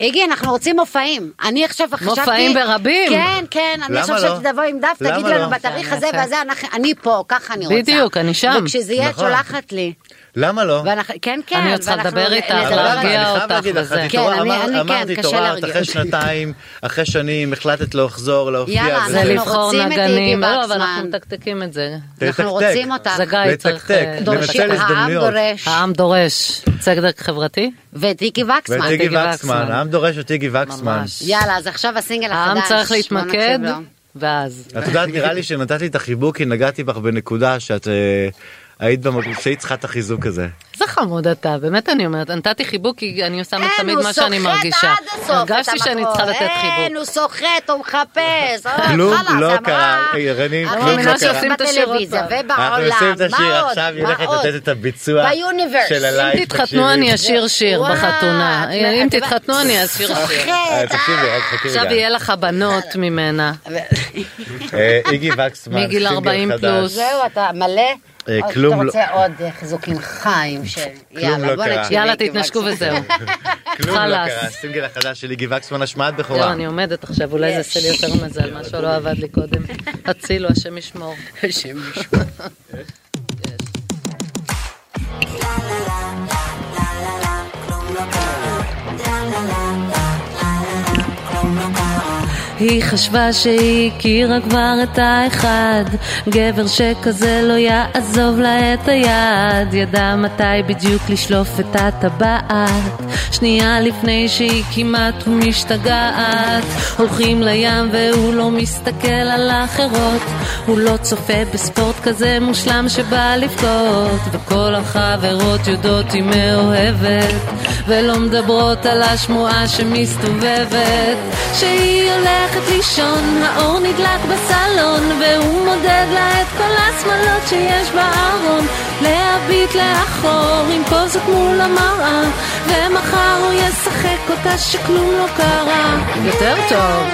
Speaker 3: איגי, אנחנו רוצים מופעים. אני עכשיו חשבתי...
Speaker 4: מופעים ברבים? כן,
Speaker 3: כן, כן. אני
Speaker 2: למה
Speaker 3: עכשיו
Speaker 2: לא?
Speaker 3: חשבתי שתבוא עם דף,
Speaker 2: למה
Speaker 3: תגיד
Speaker 2: לא?
Speaker 3: לנו בתאריך הזה
Speaker 4: יפה.
Speaker 3: והזה, אנחנו- אני פה, ככה אני רוצה.
Speaker 4: בדיוק, אני שם.
Speaker 3: וכשזה יהיה, את
Speaker 2: נכון.
Speaker 3: שולחת לי.
Speaker 2: למה לא?
Speaker 3: ואנחנו- כן, כן.
Speaker 4: אני עוד צריכה
Speaker 3: ואנחנו
Speaker 4: לדבר איתך,
Speaker 3: נדבר
Speaker 2: אבל למה?
Speaker 3: על זה.
Speaker 4: להרגיע
Speaker 2: אני חייב
Speaker 4: אותך
Speaker 2: להגיד לך,
Speaker 4: וזה.
Speaker 2: את
Speaker 3: כן,
Speaker 2: התעוררת,
Speaker 3: אני-
Speaker 2: אמר-
Speaker 3: אני- כן,
Speaker 2: אמרתי
Speaker 3: קשה
Speaker 2: תוררת
Speaker 3: להרגיע
Speaker 2: אחרי
Speaker 3: אותי.
Speaker 2: שנתיים, אחרי שנים, החלטת לחזור להופיע.
Speaker 3: יאללה,
Speaker 2: וזה-
Speaker 4: זה
Speaker 3: אנחנו
Speaker 4: לבחור
Speaker 3: רוצים את איגי
Speaker 4: נגנים. לא, לא, אבל
Speaker 3: וקסמן.
Speaker 4: אנחנו מתקתקים את זה.
Speaker 2: תתקתק.
Speaker 3: אנחנו רוצים אותך.
Speaker 4: זה גיא צריך...
Speaker 2: לתקתק,
Speaker 4: אה,
Speaker 2: לנצל
Speaker 3: דורשים, העם
Speaker 2: הזדמנויות.
Speaker 3: דורש.
Speaker 4: העם דורש. צדק חברתי?
Speaker 3: ואת איגי
Speaker 2: ואת
Speaker 3: וקסמן.
Speaker 2: איגי
Speaker 4: איגי
Speaker 2: וקסמן,
Speaker 4: וקסמן.
Speaker 2: העם דורש את איגי וקסמן.
Speaker 4: ממש.
Speaker 3: יאללה, אז עכשיו הסינגל החדש.
Speaker 4: העם צריך
Speaker 3: בוא
Speaker 4: להתמקד
Speaker 3: נקשיב לא לו.
Speaker 4: ואז.
Speaker 2: את יודעת, נראה לי שנתת לי את החיבוק כי נגעתי בך בנקודה שאת אה, היית במקום שהיית צריכה את החיזוק הזה.
Speaker 4: איזה חמוד אתה, באמת אני אומרת, נתתי חיבוק כי אני עושה
Speaker 3: כן,
Speaker 4: תמיד
Speaker 3: הוא
Speaker 4: מה שאני
Speaker 3: סוחט
Speaker 4: מרגישה.
Speaker 3: עד הסוף את
Speaker 4: הרגשתי שאני
Speaker 3: המקום.
Speaker 4: צריכה לתת
Speaker 3: כן,
Speaker 4: חיבוק.
Speaker 3: הוא סוחט, הוא מחפש. אה,
Speaker 2: כלום
Speaker 3: חלאס,
Speaker 2: לא
Speaker 3: אמרה,
Speaker 2: קרה. היי, רני,
Speaker 3: הכי
Speaker 2: כלום לא
Speaker 3: חשוב
Speaker 2: קרה.
Speaker 4: נשים את השיר עוד
Speaker 3: בטלוויזיה
Speaker 4: פעם.
Speaker 2: אנחנו
Speaker 3: ובעולם.
Speaker 2: נשים את
Speaker 3: מה
Speaker 2: השיר
Speaker 3: עוד?
Speaker 2: עכשיו, היא
Speaker 3: מה
Speaker 2: הולכת
Speaker 3: עוד?
Speaker 2: לתת את הביצוע
Speaker 3: ביוניברס.
Speaker 2: של הלייב.
Speaker 4: אם תתחתנו אני אשיר שיר
Speaker 3: וואו,
Speaker 4: בחתונה.
Speaker 3: את
Speaker 4: אם
Speaker 3: יודעת,
Speaker 4: תתחתנו אני אשיר שיר.
Speaker 2: אה,
Speaker 3: סוחט.
Speaker 2: תקשיבי, אה, תחכי
Speaker 4: עכשיו
Speaker 2: רגע.
Speaker 4: יהיה לך בנות ממנה.
Speaker 2: אה, איגי וקסמן,
Speaker 4: מגיל
Speaker 2: סינגל
Speaker 4: 40
Speaker 2: חדש.
Speaker 4: פלוס.
Speaker 3: זהו, אתה מלא?
Speaker 2: אה,
Speaker 3: או
Speaker 2: כלום
Speaker 3: אתה
Speaker 2: לא-
Speaker 3: רוצה עוד אה, חיזוקים חיים של... יאללה,
Speaker 2: לא
Speaker 3: בוא
Speaker 2: קרה.
Speaker 3: נקשיב.
Speaker 4: יאללה
Speaker 3: מיקי
Speaker 4: תתנשקו
Speaker 3: וקסמן.
Speaker 4: וזהו.
Speaker 2: כלום לא
Speaker 4: חלאס.
Speaker 2: קרה. הסינגל החדש של איגי וקסמן, השמעת
Speaker 4: זהו,
Speaker 2: בכורה.
Speaker 4: לא, אני עומדת עכשיו, אולי זה עושה לי יותר מזל, משהו לא עבד לי קודם. הצילו, השם ישמור.
Speaker 3: השם ישמור.
Speaker 4: היא חשבה שהיא הכירה כבר את האחד גבר שכזה לא יעזוב לה את היד ידע מתי בדיוק לשלוף את הטבעת שנייה לפני שהיא כמעט משתגעת הולכים לים והוא לא מסתכל על אחרות הוא לא צופה בספורט כזה מושלם שבא לבכות וכל החברות יודעות היא מאוהבת ולא מדברות על השמועה שמסתובבת שהיא הולכת לישון, האור נדלק בסלון והוא מודד לה את כל השמלות שיש בארון להביט לאחור עם פוזות מול המראה ומחר הוא ישחק אותה שכלום לא קרה יותר טוב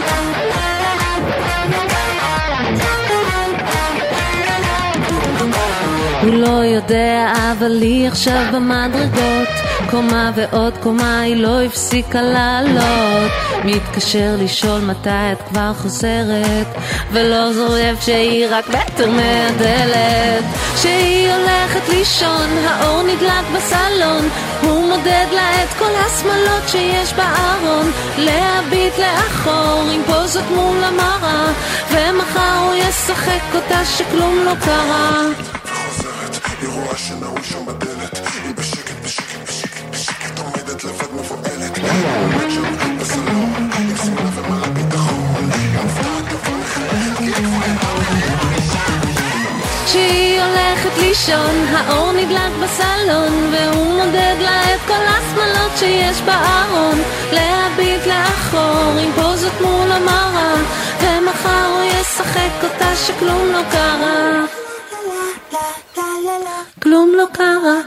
Speaker 4: הוא לא יודע, אבל היא עכשיו במדרגות. קומה ועוד קומה, היא לא הפסיקה לעלות. מתקשר לשאול מתי את כבר חוזרת, ולא זורף שהיא רק מטר מהדלת. שהיא הולכת לישון, האור נדלק בסלון, הוא מודד לה את כל השמלות שיש בארון. להביט לאחור עם פוזות מול המראה, ומחר הוא ישחק אותה שכלום לא קרה.
Speaker 1: וחוזרת, היא רואה שנעול שם בדלת, היא בשקט, בשקט, בשקט, בשקט עומדת לבד מבוהלת, הוא עומד שם בסלון, עם שמלה ומעלה ביטחון, היא מופתעת דבר אחד, כי היא כבר
Speaker 5: כשהיא הולכת לישון, האור נדלק בסלון, והוא מודד לה את כל השמלות שיש בארון. להביט לאחור עם פוזות מול המראה, ומחר הוא ישחק אותה שכלום לא קרה. כלום לא קרה.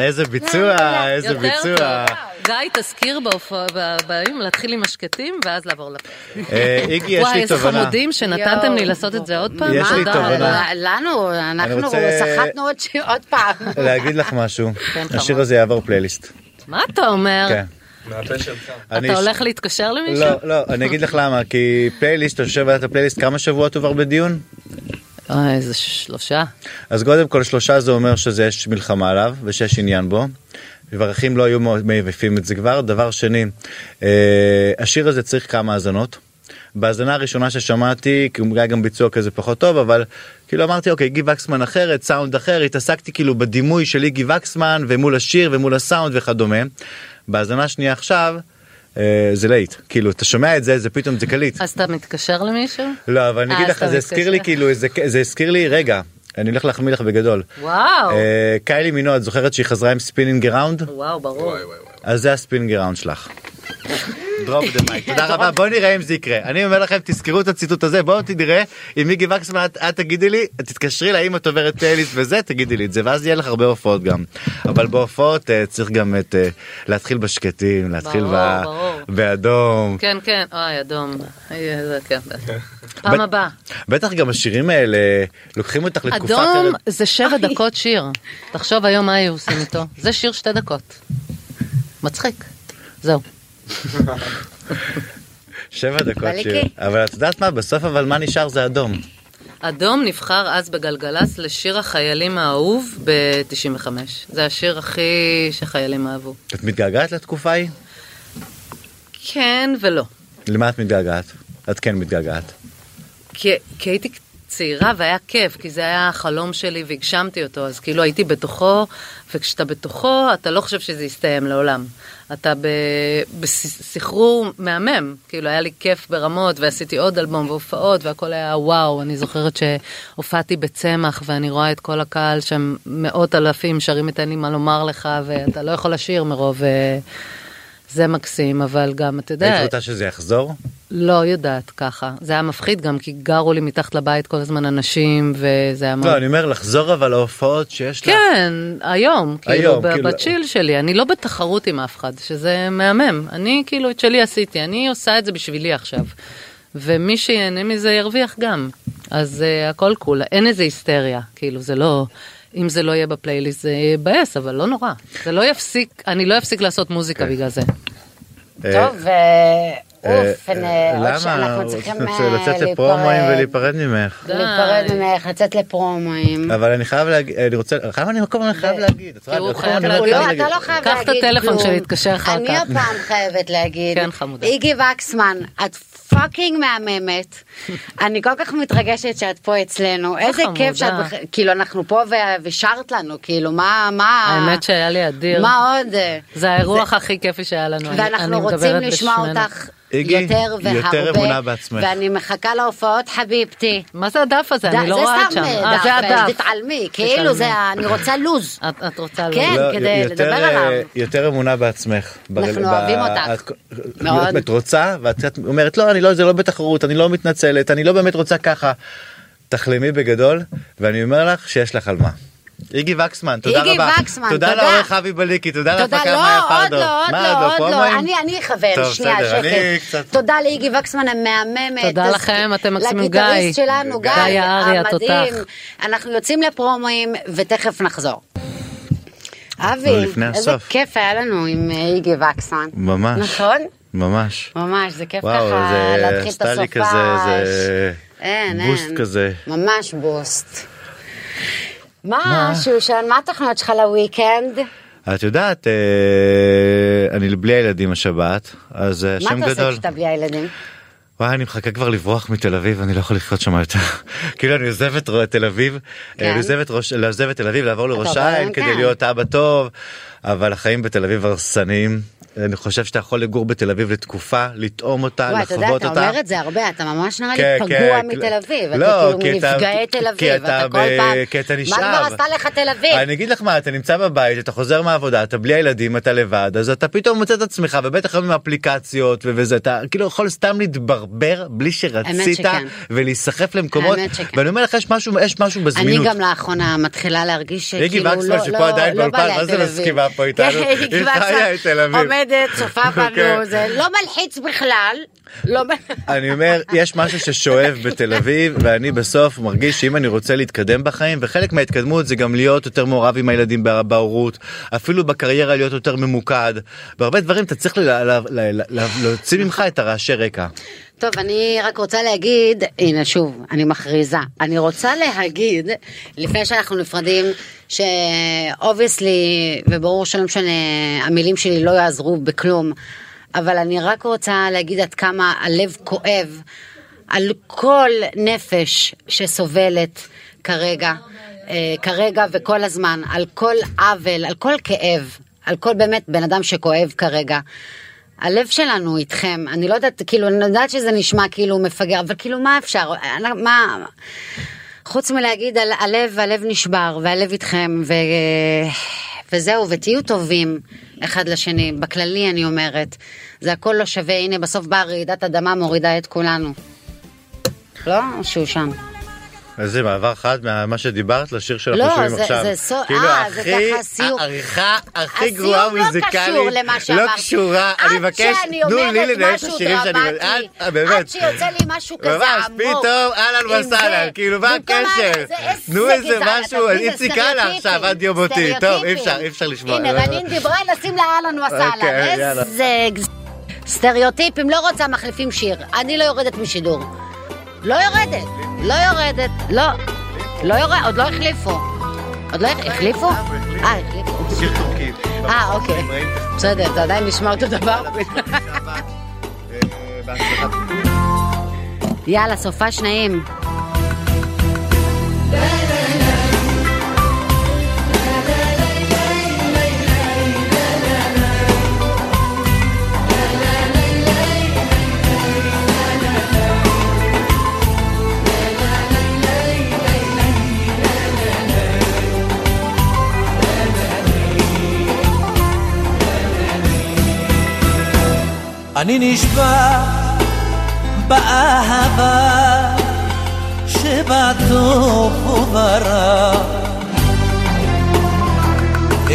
Speaker 2: איזה
Speaker 3: לא,
Speaker 2: ביצוע, איזה ביצוע.
Speaker 4: גיא, תזכיר בהופעה- ב- באים להתחיל עם משקטים ואז לעבור לפרק.
Speaker 2: אה, איגי, יש
Speaker 4: וואי,
Speaker 2: לי
Speaker 4: איזה
Speaker 2: תובנה.
Speaker 4: חמודים שנתתם
Speaker 3: יואו.
Speaker 4: לי לעשות את זה עוד פעם.
Speaker 2: יש לי
Speaker 4: תודה.
Speaker 2: תובנה.
Speaker 3: אה, לנו, אנחנו
Speaker 2: רוצה-
Speaker 3: סחטנו עוד ש- עוד פעם.
Speaker 2: להגיד לך משהו,
Speaker 4: כן,
Speaker 2: השיר
Speaker 4: חמוד.
Speaker 2: הזה יעבור פלייליסט.
Speaker 4: מה אתה אומר?
Speaker 2: כן.
Speaker 6: מהפה שלך.
Speaker 2: אני-
Speaker 4: אתה הולך להתקשר למישהו?
Speaker 2: לא, לא, אני אגיד לך למה, כי פלייליסט, אתה יושב ועדת הפלייליסט כמה שבועות עובר בדיון? לא.
Speaker 4: אה, איזה שלושה.
Speaker 2: אז קודם כל שלושה זה אומר שזה יש מלחמה עליו ושיש עניין בו. מברכים לא היו מעיפים את זה כבר. דבר שני, אה, השיר הזה צריך כמה האזנות. בהאזנה הראשונה ששמעתי, כי הוא היה גם ביצוע כזה פחות טוב, אבל כאילו אמרתי אוקיי, גיב וקסמן אחרת, סאונד אחר, התעסקתי כאילו בדימוי שלי גיב וקסמן ומול השיר ומול הסאונד וכדומה. בהאזנה שנייה עכשיו, אה, זה להיט, כאילו אתה שומע את זה, זה פתאום זה קליט.
Speaker 4: אז אתה מתקשר למישהו?
Speaker 2: לא, אבל אני
Speaker 4: אה,
Speaker 2: אגיד
Speaker 4: אז
Speaker 2: לך,
Speaker 4: אתה
Speaker 2: זה הזכיר לי
Speaker 4: מתקשר.
Speaker 2: כאילו, איזה- זה הזכיר לי, רגע, אני הולך להחמיא לך בגדול.
Speaker 4: וואו.
Speaker 2: אה, קיילי מינו, את זוכרת שהיא חזרה עם ספינינג אראונד?
Speaker 4: וואו, ברור.
Speaker 2: אז זה הספינינג אראונד שלך. דרופ דה מייק, תודה רבה, בואו נראה אם זה יקרה. אני אומר לכם, תזכרו את הציטוט הזה, בואו תראה אם מיגי וקסמן, את- את תגידי לי, את תתקשרי לה אם את עוברת טייליסט וזה, תגידי לי את זה, ואז יהיה לך הרבה הופעות גם. אבל בהופעות אה, צריך גם את, אה, להתחיל בשקטים, להתחיל
Speaker 4: ברור,
Speaker 2: ב-
Speaker 4: ברור.
Speaker 2: באדום.
Speaker 4: כן, כן, אוי, אדום. אוי, זה כן. פעם הבאה.
Speaker 2: בטח גם השירים האלה לוקחים אותך לתקופה
Speaker 4: אדום
Speaker 2: אחרת.
Speaker 4: זה שבע דקות שיר. תחשוב היום מה היו עושים איתו. זה שיר שתי דקות. מצחיק. זהו.
Speaker 2: שבע דקות
Speaker 3: אבל
Speaker 2: שיר.
Speaker 3: איקי.
Speaker 2: אבל את יודעת מה? בסוף אבל מה נשאר זה אדום.
Speaker 4: אדום נבחר אז בגלגלצ לשיר החיילים האהוב ב-95. זה השיר הכי שחיילים אהבו.
Speaker 2: את מתגעגעת לתקופה ההיא?
Speaker 4: כן ולא.
Speaker 2: למה את מתגעגעת? את כן מתגעגעת.
Speaker 4: כי, כי הייתי צעירה והיה כיף, כי זה היה החלום שלי והגשמתי אותו, אז כאילו הייתי בתוכו, וכשאתה בתוכו, אתה לא חושב שזה יסתיים לעולם. אתה ב- בסחרור מהמם, כאילו היה לי כיף ברמות, ועשיתי עוד אלבום והופעות, והכל היה וואו, אני זוכרת שהופעתי בצמח, ואני רואה את כל הקהל שם, מאות אלפים שרים את אין לי מה לומר לך, ואתה לא יכול לשיר מרוב... אה, זה מקסים, אבל גם, אתה יודע...
Speaker 2: היית רוצה שזה יחזור?
Speaker 4: לא יודעת ככה. זה היה מפחיד גם כי גרו לי מתחת לבית כל הזמן אנשים וזה היה מאוד...
Speaker 2: לא, אני אומר לחזור אבל להופעות שיש לך.
Speaker 4: כן, היום, כאילו,
Speaker 2: היום,
Speaker 4: היום,
Speaker 2: כאילו-
Speaker 4: בצ'יל שלי, אני לא בתחרות עם אף אחד, שזה מהמם. אני כאילו את שלי עשיתי, אני עושה את זה בשבילי עכשיו. ומי שיהנה מזה ירוויח גם. אז uh, הכל קול, אין איזה היסטריה, כאילו, זה לא... אם זה לא יהיה בפלייליסט זה יבאס, אבל לא נורא. זה לא יפסיק, אני לא אפסיק לעשות
Speaker 2: כן.
Speaker 4: מוזיקה בגלל זה.
Speaker 3: כן, טוב,
Speaker 2: אה,
Speaker 3: אוף,
Speaker 2: אה, למה?
Speaker 3: אנחנו צריכים
Speaker 2: רוצה
Speaker 3: אה,
Speaker 2: לצאת
Speaker 3: להיפרד-
Speaker 2: לפרומואים ולהיפרד ממך.
Speaker 3: להיפרד ממך, לצאת לפרומואים.
Speaker 2: אבל אני חייב להגיד, אה, אני רוצה, חייב אני כל הזמן חייב להגיד. את רואה,
Speaker 4: כי הוא
Speaker 2: אני כל הזמן
Speaker 4: חייב
Speaker 2: חייב
Speaker 4: להגיד.
Speaker 3: לא,
Speaker 2: להגיד.
Speaker 3: אתה לא חייב
Speaker 4: קח
Speaker 3: להגיד
Speaker 4: את
Speaker 3: כלום.
Speaker 4: הטלפון שלי, תתקשר אחר
Speaker 3: אני
Speaker 4: כך.
Speaker 3: הפעם חייבת להגיד.
Speaker 4: כן, חמודה.
Speaker 3: איגי וקסמן, את פאקינג מהממת. אני כל כך מתרגשת שאת פה אצלנו. איזה
Speaker 4: אה, חמודה.
Speaker 3: כיף שאת... בח- כאילו, אנחנו פה ו- ושרת לנו, כאילו, מה... מה-
Speaker 4: האמת שהיה לי אדיר.
Speaker 3: מה עוד? אה,
Speaker 4: זה האירוח הכי כיפי שהיה לנו. אני- אני
Speaker 3: ואנחנו רוצים
Speaker 4: מדברת
Speaker 3: לשמוע
Speaker 4: בשמנו.
Speaker 3: אותך
Speaker 2: איגי,
Speaker 3: יותר והרבה.
Speaker 2: יותר אמונה בעצמך.
Speaker 3: ואני מחכה להופעות, חביבתי.
Speaker 4: מה זה הדף הזה? אני לא רואה את שם. אה, זה הדף.
Speaker 3: תתעלמי, כאילו זה, ה- אני רוצה לוז.
Speaker 4: את- את רוצה
Speaker 3: כן.
Speaker 4: לראות.
Speaker 2: לא,
Speaker 3: כדי
Speaker 2: יותר,
Speaker 3: לדבר
Speaker 2: אה,
Speaker 3: עליו.
Speaker 2: יותר אמונה בעצמך. ברל- ב-
Speaker 3: אוהבים אותך.
Speaker 2: את-
Speaker 3: מאוד.
Speaker 2: את רוצה, ואת את אומרת, לא, אני לא, זה לא בתחרות, אני לא מתנצלת, אני לא באמת רוצה ככה. תחלמי בגדול, ואני אומר לך שיש לך על מה. איגי וקסמן, תודה רבה.
Speaker 3: איגי וקסמן,
Speaker 2: תודה
Speaker 3: תודה.
Speaker 2: לעורך אבי בליקי, תודה
Speaker 3: תודה,
Speaker 2: להפקה מאיה
Speaker 3: לא, עוד
Speaker 2: פרדו.
Speaker 3: לא, עוד
Speaker 2: מה,
Speaker 3: לא, עוד
Speaker 2: פרומואים?
Speaker 3: לא, אני, אני אחבר,
Speaker 2: טוב,
Speaker 3: שנייה,
Speaker 2: בסדר, אני
Speaker 3: שקט.
Speaker 2: קצת-
Speaker 3: תודה לאיגי וקסמן המהממת.
Speaker 4: תודה
Speaker 3: אז-
Speaker 4: לכם, אתם מקסימים,
Speaker 3: לגיטריסט
Speaker 4: גיא.
Speaker 3: שלנו, גיא,
Speaker 4: גיא יערי,
Speaker 3: המדהים.
Speaker 4: התותח.
Speaker 3: אנחנו יוצאים לפרומואים, ותכף נחזור.
Speaker 2: לא,
Speaker 3: אבי,
Speaker 2: לפני
Speaker 3: איזה
Speaker 2: הסוף.
Speaker 3: כיף היה לנו עם אה, איגי וקסמן.
Speaker 2: ממש.
Speaker 3: נכון?
Speaker 2: ממש.
Speaker 3: ממש, זה כיף
Speaker 2: וואו,
Speaker 3: ככה
Speaker 2: זה
Speaker 3: להתחיל את
Speaker 2: עשתה לי
Speaker 3: הסופש.
Speaker 2: כזה, זה
Speaker 3: אין, אין.
Speaker 2: בוסט כזה.
Speaker 3: ממש בוסט. מה, שושן, מה התוכניות שלך לוויקנד?
Speaker 2: את יודעת, אה, אני בלי הילדים השבת, אז אה,
Speaker 3: מה
Speaker 2: שם
Speaker 3: אתה עושה
Speaker 2: גדול.
Speaker 3: כשאתה בלי הילדים?
Speaker 2: וואי, אני מחכה כבר לברוח מתל אביב, אני לא יכול לחיות שם יותר. כאילו, אני עוזב את ר- תל אביב,
Speaker 3: כן.
Speaker 2: אה, עוזב את ראש- לעזוב את תל אביב, לעבור לראש
Speaker 3: עובר כן.
Speaker 2: העין
Speaker 3: גם
Speaker 2: כדי
Speaker 3: כאן.
Speaker 2: להיות אבא טוב, אבל החיים בתל אביב הרסניים. אני חושב שאתה יכול לגור בתל אביב לתקופה, לטעום אותה,
Speaker 3: וואי,
Speaker 2: אה, לחוות
Speaker 3: אתה
Speaker 2: אותה.
Speaker 3: יודע, אתה אומר את זה הרבה, אתה ממש נראה לי
Speaker 2: כן,
Speaker 3: פגוע
Speaker 2: כן,
Speaker 3: מתל אביב.
Speaker 2: לא,
Speaker 3: אתה
Speaker 2: כי
Speaker 3: כאילו
Speaker 2: אתה-
Speaker 3: מנפגעי תל
Speaker 2: כי
Speaker 3: אביב,
Speaker 2: אתה
Speaker 3: אתה כל
Speaker 2: ב-
Speaker 3: פעם...
Speaker 2: כי אתה נשאב.
Speaker 3: מה כבר עשתה לך תל אביב?
Speaker 2: אני אגיד לך מה, אתה נמצא בבית, אתה חוזר מהעבודה, אתה בלי הילדים, אתה לבד, אז אתה פתאום מוצא את עצמך, ובטח היום עם האפליקציות ו- וזה, אתה כאילו יכול סתם להתברבר בלי שרצית,
Speaker 3: שכן.
Speaker 2: ולהיסחף למקומות,
Speaker 3: האמת שכן.
Speaker 2: ואני אומר לך, יש משהו, יש משהו
Speaker 3: אני
Speaker 2: בזמינות.
Speaker 3: גם לאחרונה מתחילה להרגיש שכאילו
Speaker 2: איגי
Speaker 3: לא, לא,
Speaker 2: וקסמן שפה עדיין
Speaker 3: לא
Speaker 2: באולפן,
Speaker 3: בא לה
Speaker 2: מה זה
Speaker 3: תל
Speaker 2: לא
Speaker 3: אביב.
Speaker 2: סכימה פה איתנו?
Speaker 3: כן, איגי
Speaker 2: היא חיה את תל
Speaker 3: וקסמן
Speaker 2: אביב.
Speaker 3: עומדת, צופה
Speaker 2: כן.
Speaker 3: בנו, זה לא מלחיץ בכלל. לא מ-
Speaker 2: אני אומר, יש משהו ששואב בתל אביב, ואני בסוף מרגיש שאם אני רוצה להתקדם בחיים, וחלק מההתקדמות זה גם להיות יותר מעורב עם הילדים בה- בהורות, אפילו בקריירה להיות יותר ממוקד, בהרבה דברים אתה צריך לה- לה- לה- לה- לה- להוציא ממך את הרעשי רקע.
Speaker 3: טוב, אני רק רוצה להגיד, הנה שוב, אני מכריזה, אני רוצה להגיד, לפני שאנחנו נפרדים, שאובייסלי, וברור שלא משנה, המילים שלי לא יעזרו בכלום, אבל אני רק רוצה להגיד עד כמה הלב כואב על כל נפש שסובלת כרגע, אה, כרגע וכל הזמן, על כל עוול, על כל כאב, על כל באמת בן אדם שכואב כרגע. הלב שלנו איתכם, אני לא יודעת, כאילו, אני יודעת שזה נשמע כאילו מפגר, אבל כאילו, מה אפשר, אני- מה, חוץ מלהגיד על הלב, הלב נשבר, והלב איתכם, ו... וזהו, ותהיו טובים אחד לשני, בכללי אני אומרת, זה הכל לא שווה, הנה בסוף באה רעידת אדמה מורידה את כולנו. לא, שהוא שם.
Speaker 2: איזה מעבר חד ממה שדיברת לשיר שאנחנו
Speaker 3: לא,
Speaker 2: שומעים
Speaker 3: זה-
Speaker 2: עכשיו.
Speaker 3: זה סו-
Speaker 2: כאילו
Speaker 3: אה, זה
Speaker 2: הכי-
Speaker 3: ככה סיום.
Speaker 2: העריכה הכי
Speaker 3: הסיום
Speaker 2: גרועה
Speaker 3: לא
Speaker 2: מוזיקלית,
Speaker 3: קשור למה
Speaker 2: לא
Speaker 3: שאמרתי.
Speaker 2: קשורה, אני
Speaker 3: עד
Speaker 2: מבקש,
Speaker 3: שאני
Speaker 2: תנו לי
Speaker 3: אומרת
Speaker 2: לנהל את
Speaker 3: משהו
Speaker 2: השירים שאני,
Speaker 3: דרמטי,
Speaker 2: אה, באמת,
Speaker 3: עד שיוצא לי משהו כזה
Speaker 2: ממש,
Speaker 3: עמוק.
Speaker 2: פתאום אהלן
Speaker 3: עם זה.
Speaker 2: וסהלן, כאילו מה
Speaker 3: במקום
Speaker 2: הקשר?
Speaker 3: ה- זה-
Speaker 2: תנו איזה
Speaker 3: גזען, אתה
Speaker 2: משהו,
Speaker 3: מבין? זה
Speaker 2: איציק הלאה עכשיו, עד יום מותי,
Speaker 3: סטריאוטיפים.
Speaker 2: טוב אי אפשר, אי אפשר לשמוע. אה.
Speaker 3: הנה, רנין דיברה, נשים לה אהלן וסהלן,
Speaker 2: אוקיי, יאללה.
Speaker 3: איזה גז- סטריאוטיפים, לא רוצה מחליפים שיר, אני לא יורדת משידור. לא יורדת, לא יורדת, לא, לא יורדת, עוד לא החליפו. עוד לא החליפו? אה, החליפו.
Speaker 2: שיר טורקי. אה,
Speaker 3: אה, אוקיי.
Speaker 2: כן,
Speaker 3: בסדר, זה עדיין נשמע אותו דבר. יאללה, סופה שניים.
Speaker 7: אני נשבע באהבה שבטוב וברע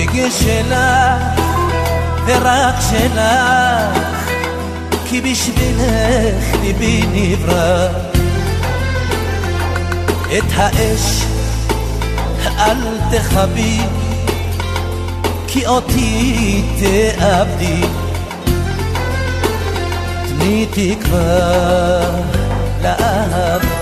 Speaker 7: אגש שלך ורק שלך כי בשבילך ליבי נברא את האש אל תכבי כי אותי תאבדי תני תקווה לאהבה